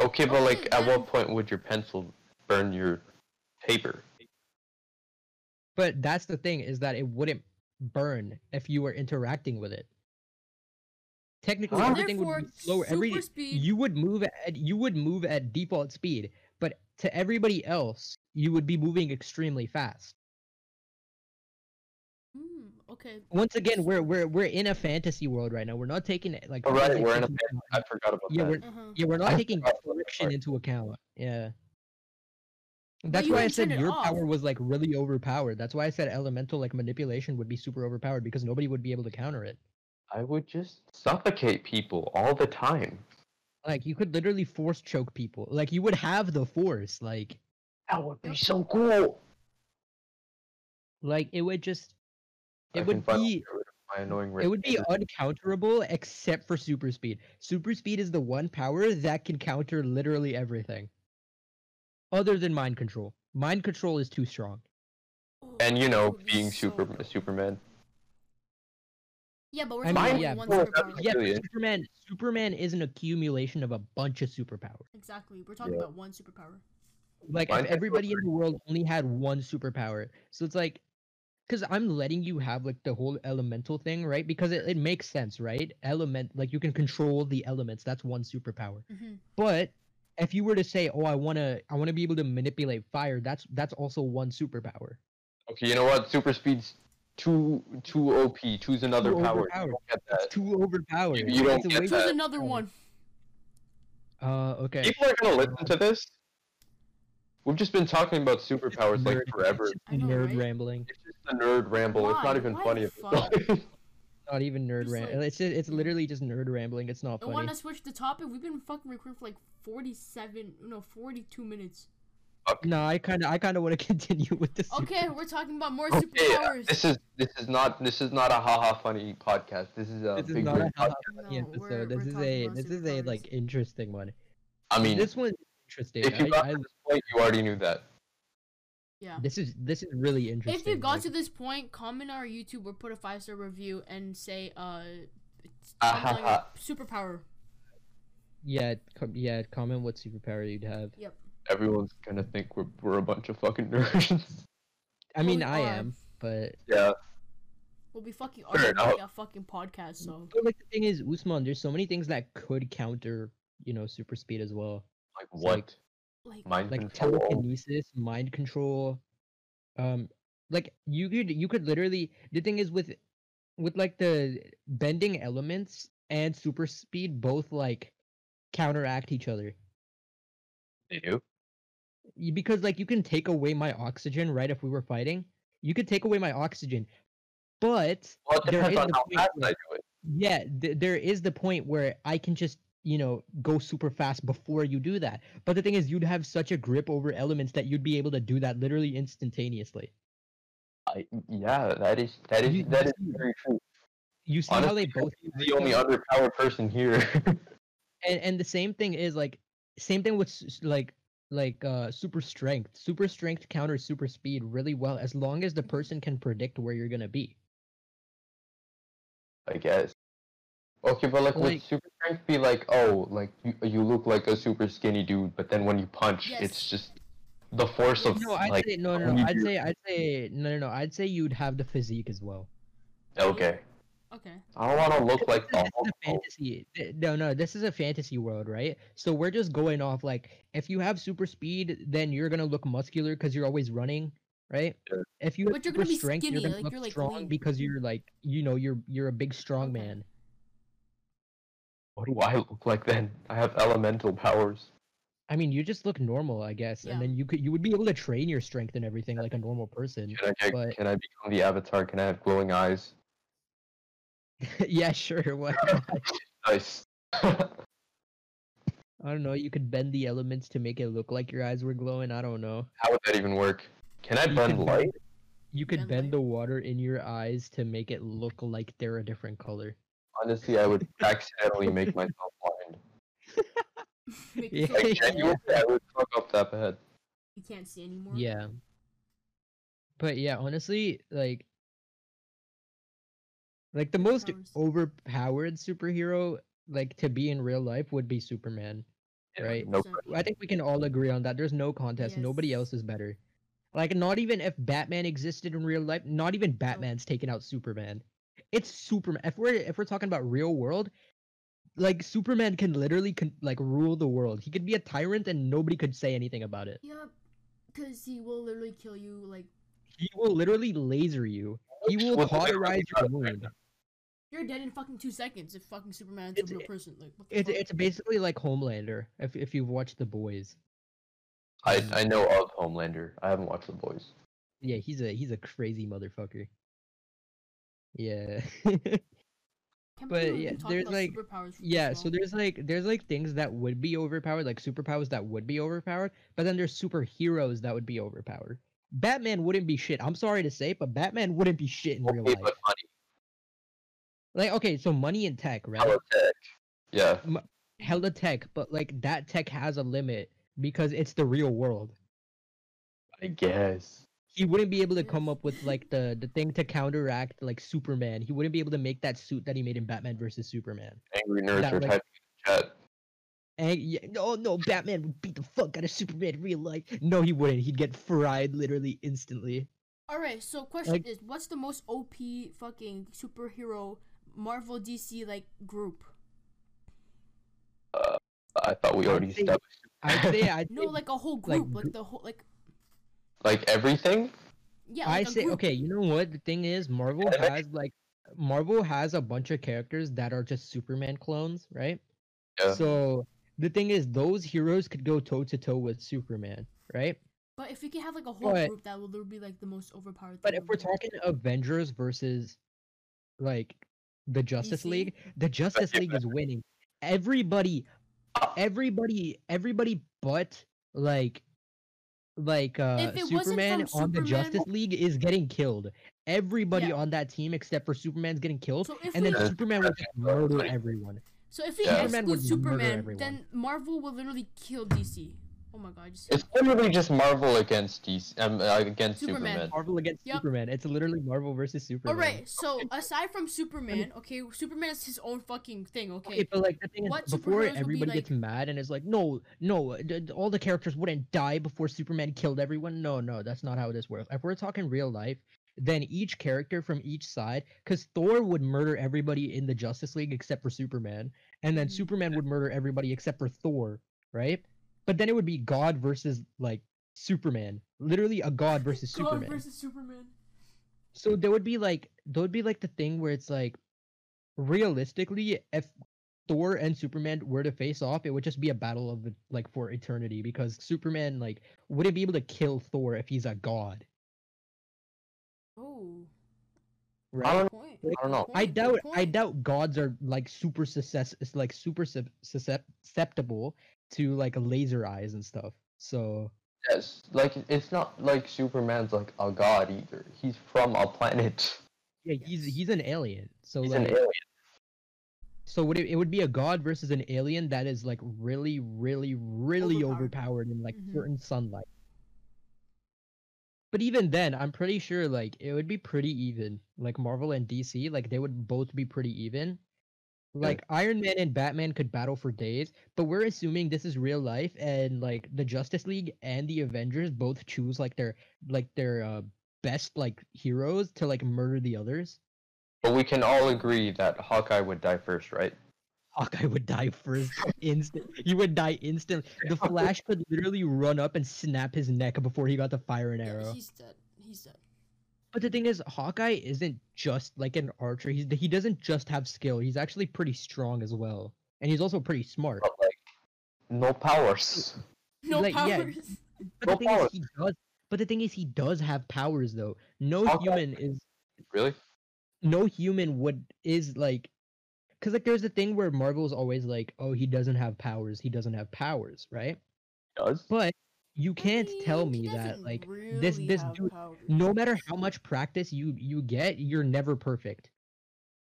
Speaker 3: Okay, but
Speaker 4: Okay,
Speaker 3: like, at
Speaker 4: Oh, then-
Speaker 3: what point would your pencil burn your paper?
Speaker 2: but that's the thing is that it wouldn't burn if you were interacting with it technically
Speaker 3: Huh?
Speaker 2: everything would be slower
Speaker 4: super
Speaker 2: every
Speaker 4: speed.
Speaker 2: you would move at you would move at default speed but to everybody else you would be moving extremely fast
Speaker 4: Hmm, okay.
Speaker 2: once again we're we're we're in a fantasy world right now we're not taking it like
Speaker 3: Oh,
Speaker 2: we're not,
Speaker 3: right,
Speaker 2: like,
Speaker 3: we're in a
Speaker 2: taking into
Speaker 3: I
Speaker 2: account-
Speaker 3: forgot about
Speaker 2: yeah
Speaker 3: that.
Speaker 2: we're
Speaker 4: Uh huh.
Speaker 2: yeah we're
Speaker 3: I
Speaker 2: not taking
Speaker 3: forgot about that
Speaker 2: friction
Speaker 3: part.
Speaker 2: into account yeah that's
Speaker 4: you
Speaker 2: why
Speaker 4: can
Speaker 2: I
Speaker 4: turn
Speaker 2: said
Speaker 4: it
Speaker 2: your
Speaker 4: off.
Speaker 2: power was like really overpowered. That's why I said elemental like manipulation would be super overpowered because nobody would be able to counter it.
Speaker 3: I would just suffocate people all the time.
Speaker 2: Like you could literally force choke people. Like you would have the force. Like
Speaker 3: That would be so cool.
Speaker 2: like it would just
Speaker 3: I
Speaker 2: it
Speaker 3: can
Speaker 2: would
Speaker 3: finally
Speaker 2: be
Speaker 3: get rid of my annoying.
Speaker 2: It would be
Speaker 3: radiator.
Speaker 2: uncounterable except for super speed. Super speed is the one power that can counter literally everything. Other than mind control. Mind control is too strong.
Speaker 4: Oh,
Speaker 3: And you know,
Speaker 4: would be
Speaker 3: being
Speaker 4: so
Speaker 3: super
Speaker 4: cool.
Speaker 3: Superman.
Speaker 4: Yeah, but we're
Speaker 2: I mean,
Speaker 4: talking
Speaker 2: yeah,
Speaker 4: about one
Speaker 3: cool, that'd
Speaker 4: superpower.
Speaker 3: be
Speaker 2: Yeah, but
Speaker 3: Really?
Speaker 2: Superman Superman is an accumulation of a bunch of superpowers.
Speaker 4: Exactly. We're talking
Speaker 3: Yeah.
Speaker 4: about one superpower.
Speaker 2: Like
Speaker 3: Mind
Speaker 2: if
Speaker 3: control
Speaker 2: everybody in
Speaker 3: is
Speaker 2: the world only had one superpower. So it's like because I'm letting you have like the whole elemental thing, right? Because it, it makes sense, right? Element like you can control the elements. That's one superpower.
Speaker 4: Mhm.
Speaker 3: Uh,
Speaker 2: But if you were to say, "Oh, I want to I want to be able to manipulate fire," that's that's also one superpower.
Speaker 3: Okay, you know what? Super speed's too too OP. Choose another
Speaker 2: Too
Speaker 3: power.
Speaker 2: overpowered.
Speaker 3: You don't get
Speaker 2: It's
Speaker 3: that.
Speaker 2: too overpowered.
Speaker 3: You- you don't
Speaker 2: It's a
Speaker 3: get
Speaker 2: way-
Speaker 4: Choose
Speaker 3: that.
Speaker 4: another
Speaker 2: Oh.
Speaker 4: one.
Speaker 2: Uh, okay.
Speaker 3: People are gonna listen to this. We've just been talking about superpowers like
Speaker 2: Nerd-
Speaker 3: forever.
Speaker 2: it's
Speaker 4: I know,
Speaker 2: nerd
Speaker 4: right?
Speaker 2: rambling.
Speaker 3: It's just a nerd ramble. It's
Speaker 4: Why?
Speaker 3: not even
Speaker 4: Why
Speaker 3: funny.
Speaker 4: the
Speaker 3: at this point.
Speaker 2: Not even nerd
Speaker 4: Just,
Speaker 2: rambling.
Speaker 4: like-
Speaker 2: it's just, it's literally just nerd rambling. It's not
Speaker 4: I
Speaker 2: funny.
Speaker 4: want to switch the topic. We've been fucking recording for like 47, no, 42 minutes.
Speaker 2: No, I kind of I kind of want to continue with this.
Speaker 4: Okay, we're talking about more
Speaker 3: okay, uh,
Speaker 4: superpowers.
Speaker 3: this is this is not this is not a haha funny podcast. This is a
Speaker 2: This is
Speaker 3: big
Speaker 2: not
Speaker 3: brain
Speaker 2: a
Speaker 3: podcast.
Speaker 4: No,
Speaker 2: funny episode.
Speaker 4: we're-
Speaker 2: this
Speaker 4: we're
Speaker 2: is
Speaker 4: talking
Speaker 2: a
Speaker 4: about
Speaker 2: this is a
Speaker 4: superpowers.
Speaker 2: like interesting one.
Speaker 3: I mean,
Speaker 2: this one's interesting.
Speaker 3: if you
Speaker 2: I,
Speaker 3: got
Speaker 2: I,
Speaker 3: to this point, you already knew that.
Speaker 4: yeah.
Speaker 2: this is this is really interesting.
Speaker 4: If you got
Speaker 2: like-
Speaker 4: to this point, comment on our YouTube or put a five star review and say, uh, it's-
Speaker 3: Ah,
Speaker 4: comment on
Speaker 3: ha,
Speaker 4: your superpower.
Speaker 2: yeah com- yeah comment what superpower you'd have.
Speaker 3: Everyone's gonna think we're we're a bunch of fucking nerds.
Speaker 2: I mean
Speaker 4: Well,
Speaker 2: I
Speaker 4: we are.
Speaker 2: am, but
Speaker 3: yeah.
Speaker 4: We'll be fucking
Speaker 3: Fair
Speaker 4: arguing
Speaker 3: enough.
Speaker 4: a fucking podcast, so.
Speaker 2: but like the thing is Usman, there's so many things that could counter you know super speed as well,
Speaker 3: Like
Speaker 2: So,
Speaker 3: what?
Speaker 2: like-
Speaker 4: Like,
Speaker 3: Mind
Speaker 2: like
Speaker 3: control.
Speaker 2: telekinesis, mind control, um, like you could you could literally the thing is with with like the bending elements and super speed both like counteract each other.
Speaker 3: They do.
Speaker 2: Y- because like you can take away my oxygen right if we were fighting you could take away my oxygen but
Speaker 3: Well, it
Speaker 2: There is
Speaker 3: depends on
Speaker 2: the
Speaker 3: how
Speaker 2: point
Speaker 3: fast I
Speaker 2: where-
Speaker 3: do it.
Speaker 2: yeah th- there is the point where i can just you know go super fast before you do that but the thing is you'd have such a grip over elements that you'd be able to do that literally instantaneously
Speaker 3: I, yeah, that is that is
Speaker 2: You-
Speaker 3: that
Speaker 2: you
Speaker 3: is
Speaker 2: see-
Speaker 3: very true.
Speaker 2: you see how they
Speaker 3: Honestly,
Speaker 2: both
Speaker 3: I'm
Speaker 2: work
Speaker 3: the only
Speaker 2: though?
Speaker 3: underpowered person here.
Speaker 2: and, and the same thing is like same thing with s- s- like like uh super strength super strength counters super speed really well as long as the person can predict where you're gonna be
Speaker 3: I guess. Okay, but like,
Speaker 2: Like-
Speaker 3: would super strength be like, oh, like you, you look like a super skinny dude, but then when you punch,
Speaker 4: Yes.
Speaker 3: it's just the force of
Speaker 2: No, I'd
Speaker 3: like.
Speaker 2: say no, no,
Speaker 3: when
Speaker 2: no.
Speaker 3: you
Speaker 2: I'd
Speaker 3: do-
Speaker 2: say, I'd say, no, no, no. I'd say you'd have the physique as well.
Speaker 3: Okay,
Speaker 4: okay.
Speaker 3: I don't want to look like the
Speaker 2: This is
Speaker 3: Hulk.
Speaker 2: a fantasy. th- No, no. This is a fantasy world, right? So we're just going off like, if you have super speed, then you're gonna look muscular because you're always running, right?
Speaker 3: Yeah.
Speaker 2: If you
Speaker 4: But
Speaker 2: have
Speaker 4: you're
Speaker 2: super
Speaker 4: gonna be
Speaker 2: strength,
Speaker 4: skinny,
Speaker 2: you're gonna
Speaker 4: like,
Speaker 2: look
Speaker 4: you're, like,
Speaker 2: strong
Speaker 4: lean.
Speaker 2: because you're like, you know, you're you're a big strong
Speaker 4: Okay.
Speaker 2: man.
Speaker 3: What do I look like then? I have elemental powers.
Speaker 2: I mean, you just look normal, I guess,
Speaker 4: Yeah.
Speaker 2: and then you could you would be able to train your strength and everything like a normal person.
Speaker 3: Can I get,
Speaker 2: But-
Speaker 3: can I become the avatar? Can I have glowing eyes?
Speaker 2: yeah, sure. What?
Speaker 3: Nice. I
Speaker 2: I don't know. You could bend the elements to make it look like your eyes were glowing. I don't know.
Speaker 3: How would that even work? Can I
Speaker 2: You
Speaker 3: bend
Speaker 2: could
Speaker 3: light?
Speaker 2: bend- You could
Speaker 4: Bend
Speaker 2: bend
Speaker 4: light.
Speaker 2: the water in your eyes to make it look like they're a different color.
Speaker 3: Honestly, I would accidentally make myself blind.
Speaker 4: Make
Speaker 2: Yeah.
Speaker 4: it so
Speaker 3: Like,
Speaker 4: big
Speaker 3: genuinely, I would fuck up that bad.
Speaker 4: you can't see anymore.
Speaker 2: Yeah. But yeah, honestly, like like the most
Speaker 4: Powers.
Speaker 2: overpowered superhero like to be in real life would be Superman, right?
Speaker 3: No
Speaker 4: 100%.
Speaker 2: I think we can all agree on that. There's no contest. Nobody
Speaker 4: Yes.
Speaker 2: else is better. Like not even if Batman existed in real life, not even Batman's taking out Superman. It's Superman. If we're if we're talking about real world, like Superman can literally con- like rule the world. He could be a tyrant and nobody could say anything about it.
Speaker 4: Yeah, because he will literally kill you. Like,
Speaker 2: He will literally laser you. He
Speaker 3: Which
Speaker 2: will
Speaker 3: was literally
Speaker 2: cauterize your
Speaker 3: not
Speaker 2: wound.
Speaker 4: you're dead in fucking two seconds if fucking Superman's
Speaker 2: It's-
Speaker 4: a real person. Like, what the
Speaker 2: It's
Speaker 4: fuck?
Speaker 2: it's basically like Homelander if if you've watched The Boys. Um,
Speaker 3: I, I know of Homelander. I haven't watched The Boys.
Speaker 2: Yeah, he's a he's a crazy motherfucker. Yeah.
Speaker 4: Can't
Speaker 2: but
Speaker 4: believe we've
Speaker 2: yeah,
Speaker 4: been talking
Speaker 2: there's,
Speaker 4: about
Speaker 2: like-
Speaker 4: superpowers for this
Speaker 2: yeah, so
Speaker 4: long.
Speaker 2: there's like there's like things that would be overpowered, like superpowers that would be overpowered, but then there's superheroes that would be overpowered. Batman wouldn't be shit. I'm sorry to say, but Batman wouldn't be shit in real
Speaker 3: Okay,
Speaker 2: life.
Speaker 3: but funny.
Speaker 2: Like okay, so money and tech, right?
Speaker 3: Hello, Tech. Yeah.
Speaker 2: hella tech, but like that tech has a limit because it's the real world.
Speaker 3: I guess.
Speaker 2: He wouldn't be able to come
Speaker 4: Yes.
Speaker 2: up with like the the thing to counteract like Superman. He wouldn't be able to make that suit that he made in Batman versus Superman.
Speaker 3: Angry nerds
Speaker 2: That,
Speaker 3: are
Speaker 2: like-
Speaker 3: typing in the chat.
Speaker 2: And yeah, no, no, Batman would beat the fuck out of Superman in real life. No, he wouldn't. He'd get fried literally instantly.
Speaker 4: All right. So question
Speaker 2: Like-
Speaker 4: is, what's the most OP fucking superhero Marvel DC like group?
Speaker 3: I thought we already
Speaker 2: I'd say-
Speaker 3: established.
Speaker 2: I'd say I'd
Speaker 4: No,
Speaker 2: say-
Speaker 4: like a whole
Speaker 2: like,
Speaker 4: group, like,
Speaker 2: group-
Speaker 4: the whole like
Speaker 3: Like everything?
Speaker 4: yeah.
Speaker 2: I
Speaker 4: Like a
Speaker 2: say
Speaker 4: group.
Speaker 2: okay. You know what the thing is? Marvel
Speaker 3: Yeah, that
Speaker 2: has like Marvel has a bunch of characters that are just Superman clones, right?
Speaker 3: Yeah.
Speaker 2: So the thing is, those heroes could go toe to toe with Superman, right?
Speaker 4: But if you can have like a whole
Speaker 2: But-
Speaker 4: group, that will literally be like the most overpowered.
Speaker 2: But
Speaker 4: thing
Speaker 2: if we're
Speaker 4: ever.
Speaker 2: talking Avengers versus like the Justice
Speaker 4: DC?
Speaker 2: League, the Justice League is winning. Everybody, everybody, everybody but like like uh
Speaker 4: If it wasn't
Speaker 2: Superman on
Speaker 4: from
Speaker 2: the
Speaker 4: Superman-
Speaker 2: Justice League is getting killed. Everybody
Speaker 4: Yeah.
Speaker 2: on that team except for Superman's getting killed.
Speaker 4: so if
Speaker 2: and
Speaker 4: we,
Speaker 2: then
Speaker 3: Yeah.
Speaker 2: Superman would just murder everyone.
Speaker 4: so if we
Speaker 3: Yeah.
Speaker 2: Superman would
Speaker 4: exclude
Speaker 2: murder
Speaker 4: Superman,
Speaker 2: everyone.
Speaker 4: then Marvel will literally kill DC. Oh my god! I just
Speaker 3: It's literally just Marvel against DC, um, uh, against
Speaker 4: Superman.
Speaker 3: Superman.
Speaker 2: Marvel against
Speaker 4: Yep.
Speaker 2: Superman. It's literally Marvel versus
Speaker 4: All
Speaker 2: Superman.
Speaker 4: right. So aside from Superman, okay, Superman is his own fucking thing. Okay.
Speaker 2: Okay, but like the thing is,
Speaker 4: What
Speaker 2: before
Speaker 4: superheroes would be,
Speaker 2: everybody
Speaker 4: like-
Speaker 2: gets mad and is like, no, no, d- d- all the characters wouldn't die before Superman killed everyone. No, no, that's not how this works. If we're talking real life, then each character from each side, because Thor would murder everybody in the Justice League except for Superman, and then
Speaker 4: Mhm.
Speaker 2: Superman would murder everybody except for Thor, right? But then it would be God versus like Superman, literally a God versus
Speaker 4: God
Speaker 2: Superman.
Speaker 4: versus Superman.
Speaker 2: so there would be like there would be like the thing where it's like realistically if thor and superman were to face off it would just be a battle of the- like for eternity because superman like wouldn't be able to kill thor if he's a god
Speaker 4: Oh.
Speaker 3: I
Speaker 2: right
Speaker 3: don't,
Speaker 4: Point.
Speaker 3: I don't know.
Speaker 2: i
Speaker 4: Point, good
Speaker 2: doubt i
Speaker 4: point.
Speaker 2: doubt gods are like super success is like super sus- suscep- susceptible to like laser eyes and stuff so
Speaker 3: Yes, like it's not like Superman's like a god either. He's from a planet.
Speaker 2: yeah he's
Speaker 4: Yes.
Speaker 2: he's an alien so
Speaker 3: He's
Speaker 2: like
Speaker 3: an alien.
Speaker 2: So would it, it would be a god versus an alien that is like really, really, really
Speaker 4: Overpowered.
Speaker 2: overpowered, in like
Speaker 4: Mhm.
Speaker 2: certain sunlight. But even then, I'm pretty sure like it would be pretty even. Like Marvel and DC, like they would both be pretty even. Like Iron Man and Batman could battle for days, but we're assuming this is real life and like the Justice League and the Avengers both choose like their like their uh, best like heroes to like murder the others.
Speaker 3: But we can all agree that Hawkeye would die first, right?
Speaker 2: Hawkeye would die first instant. He would die instantly. The Flash could literally run up and snap his neck before he got to fire an
Speaker 4: Yeah,
Speaker 2: arrow.
Speaker 4: he's dead. He's dead.
Speaker 2: But the thing is, Hawkeye isn't just like an archer. He's he doesn't just have skill. He's actually pretty strong as well, and he's also pretty smart.
Speaker 3: But like, no powers.
Speaker 4: No
Speaker 2: Like, yeah,
Speaker 4: powers.
Speaker 2: But the
Speaker 3: no
Speaker 2: thing is,
Speaker 3: powers.
Speaker 2: he does. But the thing is, he does have powers though. No
Speaker 3: Hawkeye-
Speaker 2: human is
Speaker 3: Really?
Speaker 2: no human would is like because like there's a thing where marvel's always like oh he doesn't have powers he doesn't have powers right
Speaker 3: Does?
Speaker 2: but you
Speaker 4: I
Speaker 2: can't tell
Speaker 4: mean, he
Speaker 2: me that
Speaker 4: doesn't
Speaker 2: like
Speaker 4: really
Speaker 2: this this
Speaker 4: have
Speaker 2: dude
Speaker 4: powers.
Speaker 2: no matter how much practice you you get you're never perfect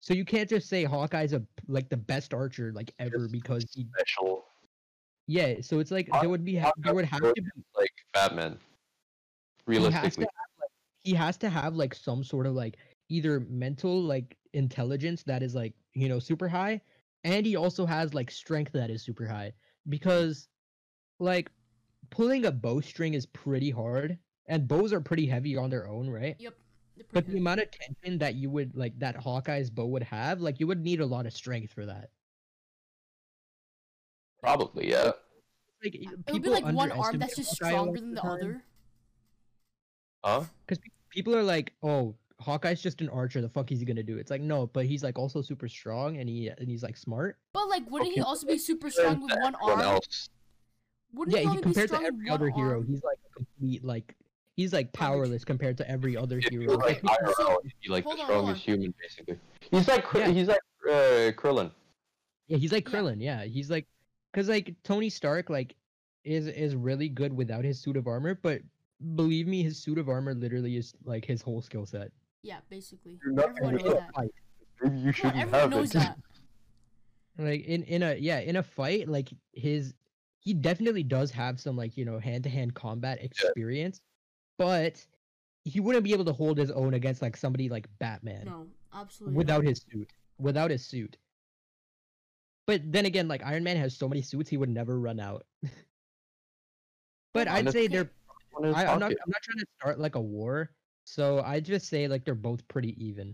Speaker 2: so you can't just say hawkeye's a like the best archer like ever
Speaker 3: Yes.
Speaker 2: because he
Speaker 3: Special
Speaker 2: yeah so it's like there would be ha-
Speaker 3: Hawkeye
Speaker 2: there would have to be
Speaker 3: like Batman. Realistically,
Speaker 2: he has to have like some sort of like either mental like intelligence that is like you know super high and he also has like strength that is super high because like pulling a bowstring is pretty hard and bows are pretty heavy on their own right
Speaker 4: Yep. they're pretty
Speaker 2: but the
Speaker 4: good.
Speaker 2: amount of tension that you would like that hawkeye's bow would have like you would need a lot of strength for that
Speaker 3: probably yeah.
Speaker 2: like y-
Speaker 4: it would be
Speaker 2: people
Speaker 4: like one arm
Speaker 2: underestimate
Speaker 4: that's just
Speaker 2: Hawkeye a lot
Speaker 4: stronger
Speaker 2: of
Speaker 4: than the
Speaker 2: time.
Speaker 4: other.
Speaker 3: Huh?
Speaker 2: Because people are like, "Oh, Hawkeye's just an archer. The fuck is he gonna do?" It's like, no, but he's like also super strong and he and he's like smart.
Speaker 4: But like, wouldn't he
Speaker 3: Okay,
Speaker 4: also be super
Speaker 3: Compared
Speaker 4: strong with
Speaker 3: to
Speaker 4: one
Speaker 3: everyone
Speaker 4: arm?
Speaker 3: else.
Speaker 4: Wouldn't
Speaker 2: yeah,
Speaker 4: he
Speaker 2: he,
Speaker 4: only be
Speaker 2: compared to
Speaker 4: strong with
Speaker 2: every
Speaker 4: one
Speaker 2: other hero,
Speaker 4: arm?
Speaker 2: he's like a complete like he's like powerless compared to every other
Speaker 3: If you
Speaker 2: hero.
Speaker 3: were, like
Speaker 2: Like,
Speaker 4: so-
Speaker 3: IRL, he'd be like
Speaker 4: hold
Speaker 3: the
Speaker 4: on, hold
Speaker 3: strongest
Speaker 4: on.
Speaker 3: human basically. He's like Kr-
Speaker 2: Yeah.
Speaker 3: he's like uh, Krillin.
Speaker 2: yeah, he's like
Speaker 4: yeah.
Speaker 2: Krillin. Yeah, he's like, because like Tony Stark like is is really good without his suit of armor, but believe me, his suit of armor literally is like his whole skill set.
Speaker 4: Yeah, basically.
Speaker 3: You're not
Speaker 4: Everyone knows
Speaker 3: gonna-
Speaker 4: that.
Speaker 2: Fight.
Speaker 3: Maybe you
Speaker 4: No,
Speaker 3: shouldn't
Speaker 4: everyone
Speaker 3: have
Speaker 4: knows
Speaker 3: it.
Speaker 4: that.
Speaker 2: like in in a yeah in a fight like his he definitely does have some like you know hand to hand combat experience but he wouldn't be able to hold his own against like somebody like batman
Speaker 4: No, absolutely. not.
Speaker 2: without his suit without his suit but then again like iron man has so many suits he would never run out but
Speaker 4: Hold
Speaker 2: i'd
Speaker 4: on,
Speaker 2: say
Speaker 4: okay.
Speaker 2: they're
Speaker 3: Someone in his
Speaker 2: I, i'm not i'm
Speaker 3: pocket.
Speaker 2: not trying to start like a war So I just say like they're both pretty even.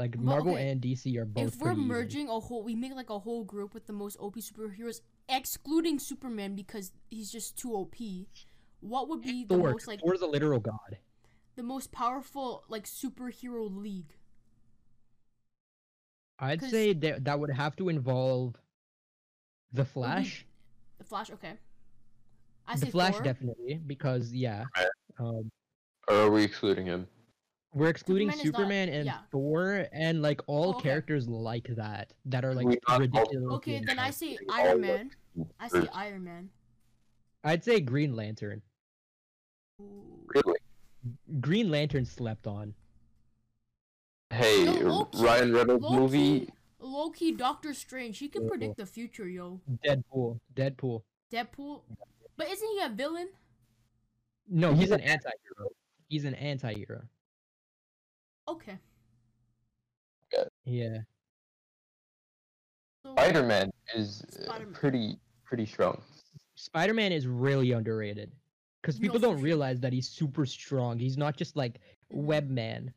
Speaker 2: Like
Speaker 4: But,
Speaker 2: Marvel
Speaker 4: okay,
Speaker 2: and DC are both.
Speaker 4: if we're
Speaker 2: pretty even.
Speaker 4: merging a whole, we make like a whole group with the most OP superheroes, excluding Superman because he's just too OP. What would be the
Speaker 2: Thor,
Speaker 4: most like
Speaker 2: Thor's a literal god.
Speaker 4: the most powerful like superhero league?
Speaker 2: I'd
Speaker 4: 'Cause-
Speaker 2: say that that would have to involve the Flash.
Speaker 4: The Flash, okay. Mm-hmm. I
Speaker 2: the
Speaker 4: say
Speaker 2: Flash
Speaker 4: Thor.
Speaker 2: definitely because yeah,
Speaker 3: Right.
Speaker 2: um,
Speaker 3: Or are we excluding him?
Speaker 2: we're excluding
Speaker 4: Superman is not-
Speaker 2: Superman and
Speaker 4: yeah.
Speaker 2: Thor and like all
Speaker 4: Oh, okay.
Speaker 2: characters like that that are like
Speaker 3: We got all-
Speaker 2: ridiculous.
Speaker 4: Okay, then I say
Speaker 3: All
Speaker 4: Iron
Speaker 3: the-
Speaker 4: Man. I say Iron Man.
Speaker 2: I'd say Green Lantern.
Speaker 4: Ooh.
Speaker 3: Really?
Speaker 2: Green Lantern slept on.
Speaker 3: Hey,
Speaker 4: No, low-key-
Speaker 3: Ryan Reynolds
Speaker 4: low-key-
Speaker 3: movie.
Speaker 4: Loki, Doctor Strange, he can
Speaker 2: Cool.
Speaker 4: predict the future, yo.
Speaker 2: Deadpool. Deadpool.
Speaker 4: Deadpool, but isn't he a villain?
Speaker 2: No, he's an anti-hero. He's an anti-hero.
Speaker 4: Okay.
Speaker 2: Yeah.
Speaker 4: So,
Speaker 3: Spider Man is uh,
Speaker 4: Spider-Man.
Speaker 3: pretty pretty strong.
Speaker 2: Spider Man is really underrated because
Speaker 4: No,
Speaker 2: people
Speaker 4: for
Speaker 2: don't
Speaker 4: sure.
Speaker 2: realize that he's super strong. He's not just like
Speaker 4: Mhm.
Speaker 2: Webman.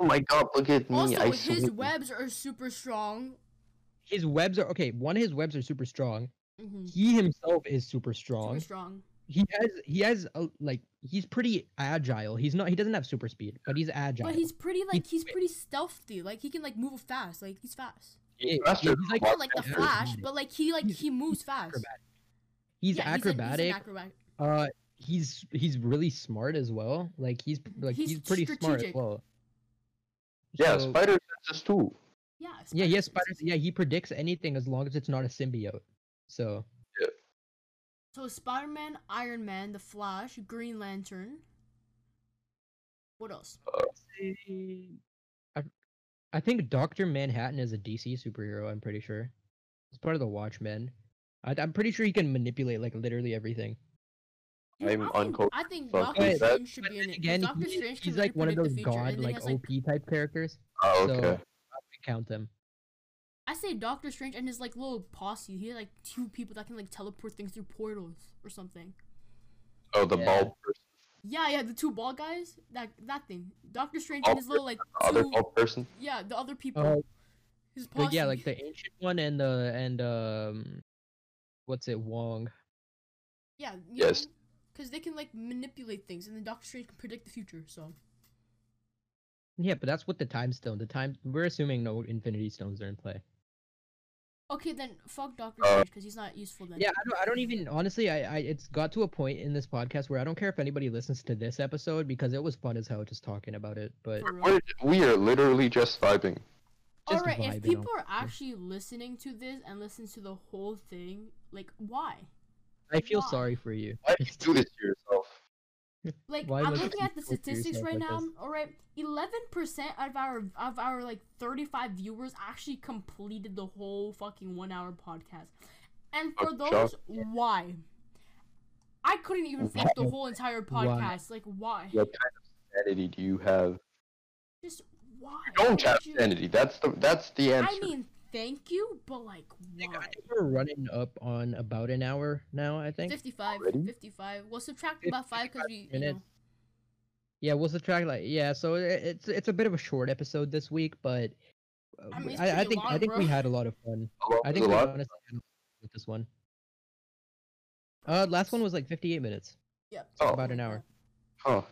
Speaker 3: Oh my god, look at me!
Speaker 4: also,
Speaker 3: I
Speaker 4: his
Speaker 3: swing.
Speaker 4: webs are super strong.
Speaker 2: His webs are okay. One, his webs are super strong.
Speaker 4: hmm
Speaker 2: He himself is super strong.
Speaker 4: Super strong.
Speaker 2: He has he has a, like he's pretty agile. He's not he doesn't have super speed, but he's agile.
Speaker 4: But he's pretty like
Speaker 2: He's
Speaker 4: he's pretty stealthy. Like he can like move fast. Like he's fast.
Speaker 2: Yeah,
Speaker 3: That's
Speaker 2: yeah,
Speaker 3: true.
Speaker 2: he's like
Speaker 4: Not like the
Speaker 2: He's
Speaker 4: Flash,
Speaker 2: acrobatic.
Speaker 4: but like he like
Speaker 2: He's-
Speaker 4: he moves fast.
Speaker 2: acrobatic. he's
Speaker 4: Yeah, he's an-
Speaker 2: acrobatic.
Speaker 4: He's, an, acrobat.
Speaker 2: uh, he's he's really smart as well. Like he's p- like he's,
Speaker 4: He's
Speaker 2: pretty smart as
Speaker 4: strategic.
Speaker 2: well.
Speaker 3: Yeah,
Speaker 2: So-
Speaker 3: Spider Senses too.
Speaker 4: Yeah.
Speaker 2: Yeah, he has
Speaker 4: Spider-Sense.
Speaker 2: spiders. Yeah, he predicts anything as long as it's not a symbiote. So
Speaker 4: So Spider Man, Iron Man, The Flash, Green Lantern. What else?
Speaker 2: I, I think Doctor Manhattan is a DC superhero. I'm pretty sure. He's part of the Watchmen. I, I'm pretty sure he can manipulate like literally everything.
Speaker 4: You know,
Speaker 3: I'm
Speaker 4: I think,
Speaker 3: unco-
Speaker 4: I think
Speaker 3: fuck
Speaker 4: Doctor
Speaker 2: with
Speaker 3: that.
Speaker 4: Strange should
Speaker 2: But
Speaker 4: be
Speaker 2: then
Speaker 4: in it. 'cause
Speaker 2: again,
Speaker 4: Doctor
Speaker 2: he-
Speaker 4: Strange
Speaker 2: he's
Speaker 4: can really
Speaker 2: like one of
Speaker 4: predict
Speaker 2: those
Speaker 4: the future,
Speaker 2: god
Speaker 4: and then he
Speaker 2: like
Speaker 4: has,
Speaker 2: OP type characters.
Speaker 3: Oh,
Speaker 2: So I
Speaker 3: okay.
Speaker 2: have to count them.
Speaker 4: I say Doctor Strange and his like little posse. He had like two people that can like teleport things through portals or something.
Speaker 3: oh, the
Speaker 2: yeah.
Speaker 3: ball person,
Speaker 4: Yeah, yeah, the two ball guys. That that thing. Doctor Strange
Speaker 3: Ball
Speaker 4: and his little like
Speaker 3: the other
Speaker 4: two.
Speaker 3: ball person.
Speaker 4: Yeah, the other people.
Speaker 2: Oh,
Speaker 4: his
Speaker 2: but
Speaker 4: posse.
Speaker 2: yeah, like the ancient one and the and um, what's it, Wong?
Speaker 4: yeah. you
Speaker 3: Yes.
Speaker 4: Because they can like manipulate things, and then Doctor Strange can predict the future. So
Speaker 2: Yeah, but that's what the time stone. The time we're assuming no infinity stones are in play.
Speaker 4: okay, then fuck Doctor
Speaker 3: Uh,
Speaker 4: Strange because he's not useful then.
Speaker 2: Yeah, I don't, I don't even honestly. I, I it's got to a point in this podcast where I don't care if anybody listens to this episode because it was fun as hell just talking about it. But
Speaker 4: For real.
Speaker 3: We're, we are literally just vibing.
Speaker 4: All
Speaker 2: just
Speaker 4: right,
Speaker 2: vibing
Speaker 4: if people
Speaker 2: on
Speaker 4: are actually listening to this and listen to the whole thing, like why?
Speaker 2: I feel
Speaker 4: why?
Speaker 2: sorry for you.
Speaker 3: Why do you do this to yourself?
Speaker 4: Like
Speaker 2: Why
Speaker 4: I'm
Speaker 2: listen
Speaker 4: looking
Speaker 2: to
Speaker 4: at the
Speaker 2: people for
Speaker 4: statistics
Speaker 2: yourself
Speaker 4: right
Speaker 2: like
Speaker 4: now.
Speaker 2: this?
Speaker 4: All right, eleven percent of our of our like thirty five viewers actually completed the whole fucking one hour podcast, and for
Speaker 3: Fuck,
Speaker 4: those why? I couldn't even finish the whole entire
Speaker 2: Why?
Speaker 4: podcast. Like why?
Speaker 3: What kind of sanity do you have?
Speaker 4: Just why?
Speaker 3: Don't
Speaker 4: Why
Speaker 3: have
Speaker 4: did you-
Speaker 3: sanity. That's the that's the answer.
Speaker 4: I mean, thank you, but like why?
Speaker 2: I think we're running up on about an hour now. I think.
Speaker 4: 55,
Speaker 3: Already?
Speaker 4: 55. We'll subtract about five because we, you know,
Speaker 2: minutes. Yeah, what's the track like? Yeah, so i- it's it's a bit of a short episode this week, but uh,
Speaker 4: I mean, it's
Speaker 2: I, I
Speaker 4: pretty
Speaker 2: think I
Speaker 4: long,
Speaker 2: think we
Speaker 4: bro.
Speaker 2: had a lot of fun.
Speaker 3: A lot-
Speaker 2: I think
Speaker 3: a
Speaker 2: we
Speaker 3: lot-
Speaker 2: honestly had a lot of fun with this one. Uh, last one was like 58 minutes.
Speaker 4: yeah.
Speaker 3: Oh.
Speaker 2: About an hour.
Speaker 3: Huh.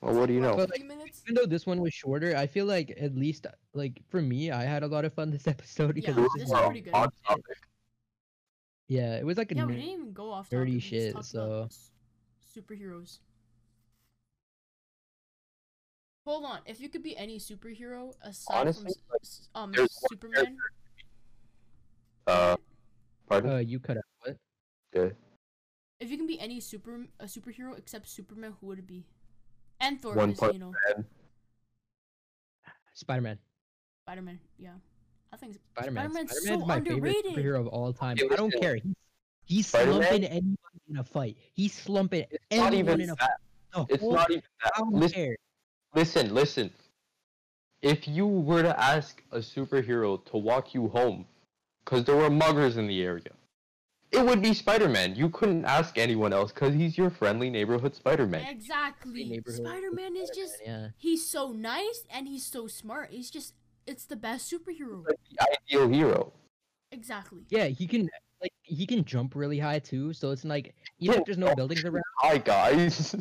Speaker 3: Well, what do you know?
Speaker 2: But,
Speaker 4: Three minutes.
Speaker 2: Even though this one was shorter, I feel like at least uh, like for me, I had a lot of fun this episode because
Speaker 4: Yeah,
Speaker 2: it was
Speaker 4: this
Speaker 2: just
Speaker 4: is
Speaker 2: like-
Speaker 3: Well,
Speaker 4: pretty good.
Speaker 3: on topic.
Speaker 2: yeah, it was like a
Speaker 4: Yeah, we
Speaker 2: nerd-
Speaker 4: didn't even go off
Speaker 2: nerdy
Speaker 4: topic. we
Speaker 2: shit,
Speaker 4: Just talked about s- superheroes. Hold on. If you could be any superhero aside
Speaker 3: Honestly,
Speaker 4: from
Speaker 3: like,
Speaker 4: s- s- um
Speaker 3: there's one
Speaker 4: Superman,
Speaker 3: Uh, pardon.
Speaker 2: uh, you cut out what?
Speaker 3: okay.
Speaker 4: if you can be any super a superhero except Superman, who would it be? And Thor,
Speaker 3: One
Speaker 4: is,
Speaker 3: Punch
Speaker 4: you know,
Speaker 2: Spider Man.
Speaker 4: Spider Man. Yeah, I think s-
Speaker 2: Spider Man.
Speaker 4: Spider-Man's
Speaker 2: Spider
Speaker 4: so
Speaker 2: Man's my
Speaker 4: underrated.
Speaker 2: favorite superhero of all time.
Speaker 3: Okay,
Speaker 2: I don't
Speaker 3: listen.
Speaker 2: care. He's, he's
Speaker 3: Spider-Man?
Speaker 2: slumping anyone in a fight. He's slumping
Speaker 3: It's
Speaker 2: anyone
Speaker 3: not even
Speaker 2: in a
Speaker 3: that.
Speaker 2: fight.
Speaker 3: It's not even that.
Speaker 2: I don't
Speaker 3: Listen,
Speaker 2: care.
Speaker 3: listen, listen. If you were to ask a superhero to walk you home, because there were muggers in the area, it would be Spider-Man. You couldn't ask anyone else because he's your friendly neighborhood Spider-Man.
Speaker 4: Exactly.
Speaker 2: neighborhood with
Speaker 4: Spider Man is just
Speaker 2: yeah.
Speaker 4: he's so nice and he's so smart. He's just it's the best superhero.
Speaker 3: Like the ideal hero.
Speaker 4: Exactly.
Speaker 2: Yeah, he can like he can jump really high too. So it's like even
Speaker 3: Oh,
Speaker 2: if there's no buildings around,
Speaker 3: Hi guys.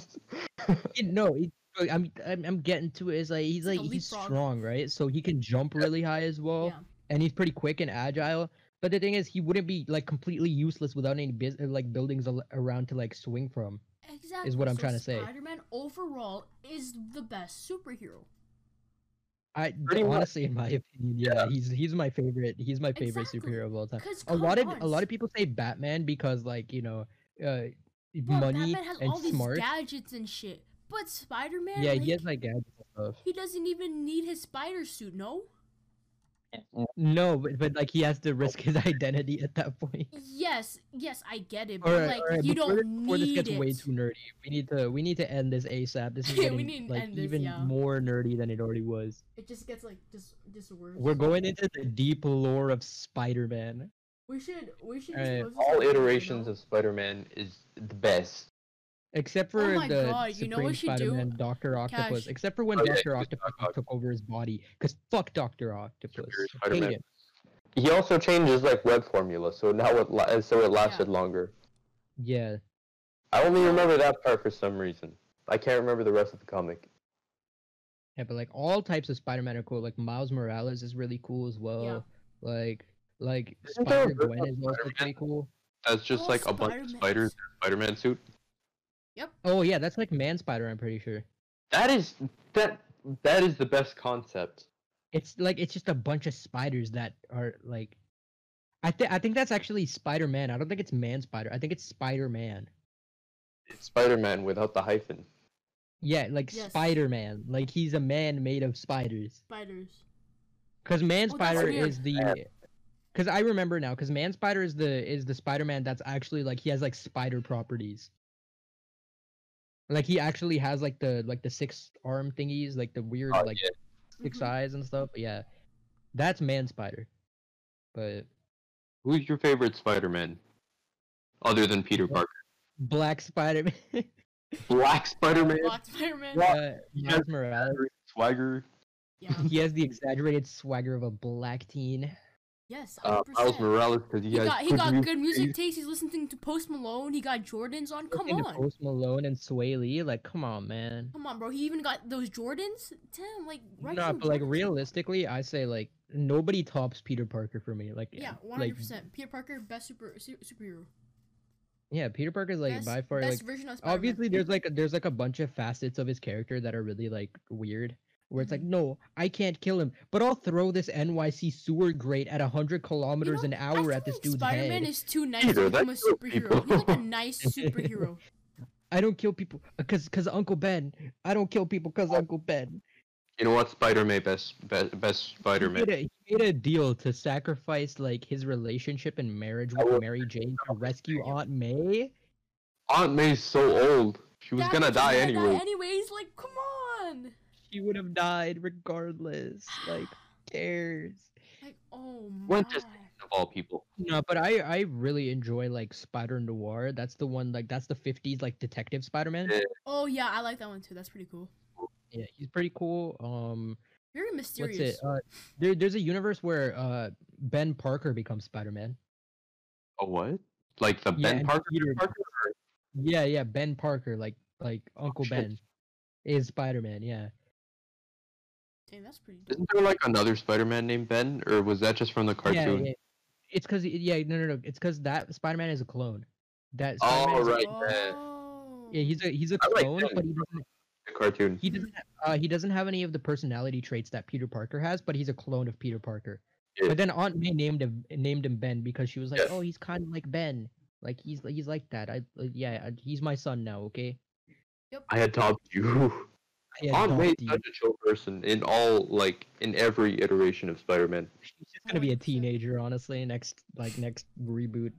Speaker 2: he- no. He, like, I'm, I'm I'm getting to it. Is like he's
Speaker 4: like
Speaker 2: like
Speaker 4: a
Speaker 2: he's
Speaker 4: leapfrog.
Speaker 2: strong, right? So he can jump really high as well,
Speaker 4: Yeah.
Speaker 2: and he's pretty quick and agile. But the thing is, he wouldn't be like completely useless without any bus- uh, like buildings al- around to like swing from.
Speaker 4: Exactly.
Speaker 2: what I'm trying to say.
Speaker 4: Spider Man overall is the best superhero.
Speaker 2: I
Speaker 3: Pretty much.
Speaker 2: honestly, in my opinion, yeah, he's he's my favorite. He's my favorite
Speaker 4: Exactly.
Speaker 2: superhero of all time.
Speaker 4: Because
Speaker 2: A lot of a lot of people say Batman because like you know, uh, money
Speaker 4: Batman has
Speaker 2: and
Speaker 4: all these
Speaker 2: smart.
Speaker 4: gadgets and shit. But Spider Man,
Speaker 2: Yeah, he has like gadgets and stuff.
Speaker 4: he doesn't even need his spider suit. No.
Speaker 2: No, but, but like he has to risk his identity at that point.
Speaker 4: Yes, yes, I get it, but
Speaker 2: Alright,
Speaker 4: like
Speaker 2: alright,
Speaker 4: you
Speaker 2: before,
Speaker 4: don't
Speaker 2: this- before this
Speaker 4: need
Speaker 2: gets
Speaker 4: it.
Speaker 2: way too nerdy, we need to we need to end this ASAP. This is
Speaker 4: Yeah, we
Speaker 2: getting
Speaker 4: need to
Speaker 2: like
Speaker 4: end this,
Speaker 2: even
Speaker 4: yeah.
Speaker 2: more nerdy than it already was.
Speaker 4: It just gets like just just worse.
Speaker 2: We're going into the deep lore of Spider-Man.
Speaker 4: We should we should.
Speaker 2: Alright.
Speaker 4: just
Speaker 3: All iterations of Spider-Man is the best.
Speaker 2: Except for
Speaker 4: Oh my
Speaker 2: the
Speaker 4: God, you
Speaker 2: Supreme
Speaker 4: know what she do?
Speaker 2: Spider-Man, Doctor Octopus.
Speaker 4: Cash.
Speaker 2: Except for when
Speaker 3: Okay,
Speaker 2: Doctor
Speaker 3: Oh, just
Speaker 2: Octopus
Speaker 3: Doc Ock.
Speaker 2: took over his body, because fuck Doctor Octopus.
Speaker 3: Superior
Speaker 2: Hate
Speaker 3: Spider-Man.
Speaker 2: him.
Speaker 3: He also changes like web formula, so now it la- so it lasted longer.
Speaker 2: Yeah,
Speaker 3: I only remember that part for some reason. I can't remember the rest of the comic.
Speaker 2: yeah, but like all types of Spider-Man are cool. Like Miles Morales is really cool as well. Like like
Speaker 3: Isn't there a
Speaker 2: Spider Gwen
Speaker 3: version
Speaker 2: is
Speaker 3: of
Speaker 2: also
Speaker 3: Spider-Man?
Speaker 2: pretty cool.
Speaker 3: That's just
Speaker 4: All
Speaker 3: like a bunch of
Speaker 4: Spider-Mans.
Speaker 3: spiders in a Spider-Man suit.
Speaker 2: Oh yeah, that's like Man Spider. I'm pretty sure.
Speaker 3: That is that that is the best concept.
Speaker 2: It's like it's just a bunch of spiders that are like. I think I think that's actually Spider Man. I don't think it's Man Spider. I think it's Spider Man.
Speaker 3: It's Spider-Man without the hyphen.
Speaker 2: Yeah, like
Speaker 4: Yes.
Speaker 2: Spider Man. Like he's a man made of spiders.
Speaker 4: spiders.
Speaker 2: Because Man
Speaker 4: Oh, that's
Speaker 2: Spider
Speaker 4: weird.
Speaker 2: is the. Because I remember now. Because Man Spider is the is the Spider Man that's actually like he has like spider properties. Like he actually has like the like the six arm thingies, like the weird
Speaker 3: Oh,
Speaker 2: like
Speaker 3: yeah.
Speaker 2: 6
Speaker 4: Mhm.
Speaker 2: eyes and stuff. Yeah, that's Man Spider. But
Speaker 3: Who's your favorite Spider-Man? Other than Peter
Speaker 2: Yeah.
Speaker 3: Parker.
Speaker 2: Black Spider Man,
Speaker 3: Black Spider-Man,
Speaker 4: Black Spider-Man.
Speaker 3: What?
Speaker 2: uh,
Speaker 3: Yeah.
Speaker 2: Miles Morales.
Speaker 3: Swagger,
Speaker 4: Yeah.
Speaker 2: He has the exaggerated swagger of a black teen.
Speaker 4: Yes. 100%.
Speaker 3: uh, Miles Morales, because he,
Speaker 4: He
Speaker 3: has
Speaker 4: got he got good music
Speaker 3: taste.
Speaker 4: taste. He's listening to Post Malone. He got Jordans on. Come
Speaker 2: Listening to
Speaker 4: on,
Speaker 2: Post Malone and Sway Lee, like, come on, man.
Speaker 4: come on, bro. He even got those Jordans. Damn, like right.
Speaker 2: No, but like realistically, I say like nobody tops Peter Parker for me. Like,
Speaker 4: Yeah, one
Speaker 2: like
Speaker 4: hundred percent. Peter Parker, best super su- superhero.
Speaker 2: yeah, Peter Parker's like
Speaker 4: best,
Speaker 2: by far
Speaker 4: best
Speaker 2: like
Speaker 4: version of Spider-Man.
Speaker 2: obviously there's like there's like a bunch of facets of his character that are really like weird where it's like
Speaker 4: Mm-hmm.
Speaker 2: no i can't kill him but i'll throw this nyc sewer grate at 100 kilometers
Speaker 4: know,
Speaker 2: an
Speaker 4: I
Speaker 2: hour
Speaker 4: feel
Speaker 2: at this
Speaker 4: like
Speaker 2: dude's
Speaker 4: Spider-Man
Speaker 2: head
Speaker 4: is too nice
Speaker 3: Peter,
Speaker 4: to become a
Speaker 3: that's so people.
Speaker 4: superhero. He's like a nice superhero.
Speaker 2: i don't kill people because because uncle ben i don't kill people
Speaker 4: Oh.
Speaker 2: because uncle ben
Speaker 3: You know what? Spider-Man, best, best, best
Speaker 2: he
Speaker 3: Spider-Man.
Speaker 2: made, a, he made a deal to sacrifice like his relationship and marriage
Speaker 3: I
Speaker 2: with
Speaker 3: will
Speaker 2: mary jane to
Speaker 3: sacrifice
Speaker 2: rescue
Speaker 3: you.
Speaker 2: aunt may
Speaker 3: Aunt May's so old. She was
Speaker 4: That
Speaker 3: gonna
Speaker 4: bitch is
Speaker 3: die anyway.
Speaker 4: anyways, like come on.
Speaker 2: she would have died regardless like who cares
Speaker 4: Like oh my.
Speaker 3: Went to- of all people.
Speaker 2: No, but I I really enjoy like Spider Noir. That's the one like that's the fifties like detective Spider Man.
Speaker 3: Yeah.
Speaker 4: Oh yeah, I like that one too. That's pretty cool.
Speaker 2: Yeah, he's pretty cool. Um,
Speaker 4: Very mysterious.
Speaker 2: what's it? Uh, there there's a universe where uh Ben Parker becomes Spider Man.
Speaker 3: A what? Like the
Speaker 2: Yeah,
Speaker 3: Oh, Ben
Speaker 2: and
Speaker 3: Parker?
Speaker 2: Peter
Speaker 3: Parker?
Speaker 2: Yeah, yeah, Ben Parker, like like Uncle
Speaker 3: Oh,
Speaker 2: Ben,
Speaker 3: shit.
Speaker 2: is Spider Man. Yeah,
Speaker 4: Dang, that's pretty. dope.
Speaker 3: Isn't there like another Spider-Man named Ben, or was that just from the
Speaker 2: yeah,
Speaker 3: cartoon?
Speaker 2: yeah. It's cause yeah no no no it's cause that Spider Man is a clone. That
Speaker 3: Oh,
Speaker 2: Spider-Man is a-
Speaker 3: right, yeah.
Speaker 4: Oh.
Speaker 2: Yeah, he's a he's a
Speaker 3: I like
Speaker 2: clone,
Speaker 3: Ben.
Speaker 2: but he doesn't
Speaker 3: The cartoon.
Speaker 2: he doesn't uh, he doesn't have any of the personality traits that Peter Parker has, but he's a clone of Peter Parker.
Speaker 3: Yeah.
Speaker 2: But then Aunt May named him named him Ben because she was like,
Speaker 3: Yes.
Speaker 2: "Oh, he's kind of like Ben. Like he's he's like that. I uh, yeah, I- he's my son now. Okay."
Speaker 4: Yep.
Speaker 3: I adopt you.
Speaker 2: I
Speaker 3: Aunt May's
Speaker 2: adopt you.
Speaker 3: such a chill person in all, like, in every iteration of Spider-Man.
Speaker 2: She's gonna be a
Speaker 4: 100%.
Speaker 2: teenager, honestly. Next like next reboot,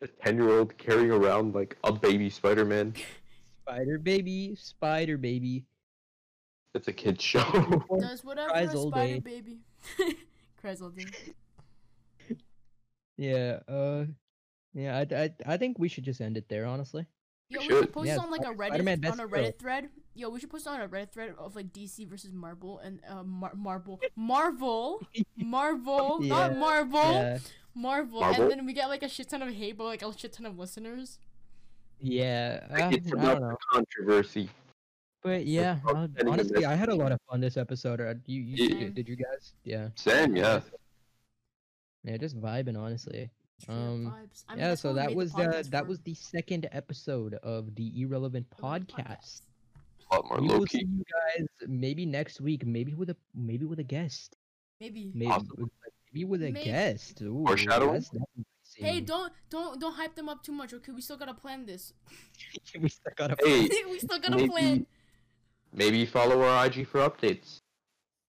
Speaker 3: A ten-year-old carrying around like a baby Spider-Man.
Speaker 2: Spider Baby, Spider Baby.
Speaker 3: That's a kid's show.
Speaker 4: Does whatever
Speaker 2: Cries
Speaker 4: a
Speaker 2: all
Speaker 4: spider
Speaker 2: day.
Speaker 4: baby. Cries all day.
Speaker 2: yeah. Uh, Yeah, I, I, I think we should just end it there, honestly.
Speaker 4: Yo, we
Speaker 3: We
Speaker 4: should
Speaker 3: should.
Speaker 4: post
Speaker 2: Yeah,
Speaker 4: on like a
Speaker 2: Spider-
Speaker 4: Reddit
Speaker 2: Spider-Man
Speaker 4: on
Speaker 2: best
Speaker 4: a
Speaker 2: hero.
Speaker 4: Reddit thread. Yo, we should post on a Reddit thread of like DC versus Marvel and uh, Mar- Marvel, Marvel, Marvel, not
Speaker 2: Yeah,
Speaker 4: Marvel,
Speaker 2: Yeah.
Speaker 4: Marvel,
Speaker 3: Marvel?
Speaker 4: and then we get like a shit ton of hate, but like a shit ton of listeners.
Speaker 2: Yeah. I, I
Speaker 3: it's
Speaker 2: don't
Speaker 3: enough
Speaker 2: know.
Speaker 3: controversy.
Speaker 2: But yeah,
Speaker 3: not
Speaker 2: uh,
Speaker 3: any
Speaker 2: honestly, I had a
Speaker 3: investigation.
Speaker 2: lot of fun this episode. Uh, You, you
Speaker 3: Yeah.
Speaker 2: did, did you guys? Yeah.
Speaker 3: Same, yeah.
Speaker 2: Yeah, just vibing, honestly.
Speaker 4: Straight up
Speaker 2: Um,
Speaker 4: vibes. I mean,
Speaker 2: yeah,
Speaker 4: that's
Speaker 2: so
Speaker 4: what we
Speaker 2: that
Speaker 4: made the
Speaker 2: was uh,
Speaker 4: podcast
Speaker 2: that
Speaker 4: for.
Speaker 2: was the second episode of the irrelevant
Speaker 4: Of the
Speaker 2: podcast.
Speaker 3: A lot more
Speaker 2: We
Speaker 3: low
Speaker 2: will see
Speaker 3: key.
Speaker 2: you guys maybe next week, maybe with a maybe with a guest,
Speaker 4: Maybe.
Speaker 2: maybe
Speaker 3: Possibly.
Speaker 2: with- maybe with a
Speaker 4: Maybe.
Speaker 2: guest. Ooh,
Speaker 3: Foreshadowing?
Speaker 2: that's enticing.
Speaker 4: Hey, don't don't don't hype them up too much. Okay, we still gotta plan this.
Speaker 2: we still gotta
Speaker 3: Hey,
Speaker 4: we still gotta
Speaker 3: maybe-
Speaker 4: plan.
Speaker 3: maybe follow our IG for updates.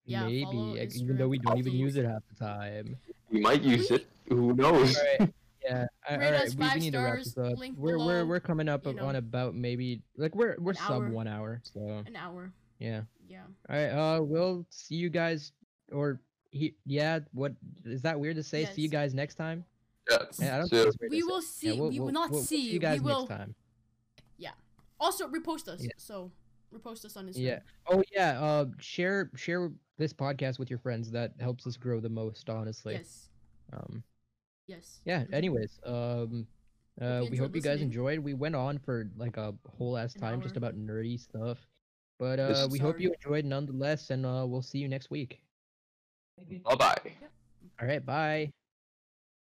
Speaker 4: Yeah,
Speaker 2: maybe
Speaker 4: follow
Speaker 2: like, even though
Speaker 4: Instagram
Speaker 2: we don't even
Speaker 4: updates.
Speaker 2: use it half the time.
Speaker 3: We might use
Speaker 4: We-
Speaker 3: it. Who knows?
Speaker 2: Alright, Yeah, all
Speaker 4: Rate
Speaker 2: right,
Speaker 4: us
Speaker 2: we,
Speaker 4: five
Speaker 2: we need to wrap
Speaker 4: stars,
Speaker 2: this up.
Speaker 4: link
Speaker 2: We're
Speaker 4: below,
Speaker 2: we're we're coming up
Speaker 4: you know.
Speaker 2: on about maybe like we're we're
Speaker 4: An
Speaker 2: sub
Speaker 4: hour.
Speaker 2: one hour, so
Speaker 4: An hour.
Speaker 2: yeah.
Speaker 4: Yeah.
Speaker 2: All right, uh, we'll see you guys or he, yeah. What is that weird to say? See you
Speaker 4: Yes.
Speaker 2: guys next time.
Speaker 3: Yes.
Speaker 2: Yeah, I don't
Speaker 3: So-
Speaker 2: think it's weird to
Speaker 4: We
Speaker 2: say.
Speaker 4: will
Speaker 2: Yeah,
Speaker 4: see.
Speaker 2: we'll-
Speaker 4: we will
Speaker 2: we'll-
Speaker 4: not
Speaker 2: we'll- we'll
Speaker 4: see.
Speaker 2: you guys
Speaker 4: we will
Speaker 2: next time.
Speaker 4: also repost us.
Speaker 2: Yeah.
Speaker 4: So repost us on Instagram.
Speaker 2: Yeah. Oh yeah. Uh, share share this podcast with your friends. That helps us grow the most, honestly.
Speaker 4: Yes.
Speaker 2: Um.
Speaker 4: Yes.
Speaker 2: Yeah.
Speaker 4: Mhm.
Speaker 2: Anyways. Um. Uh,
Speaker 4: you
Speaker 2: we hope
Speaker 4: enjoyed
Speaker 2: you guys
Speaker 4: listening.
Speaker 2: enjoyed. We went on for like a whole ass
Speaker 4: An
Speaker 2: time just
Speaker 4: hour.
Speaker 2: about nerdy stuff, but
Speaker 3: This
Speaker 2: uh,
Speaker 3: is-
Speaker 2: we hope you enjoyed nonetheless, and uh, we'll see you next week.
Speaker 3: Bye bye.
Speaker 2: All right. Bye.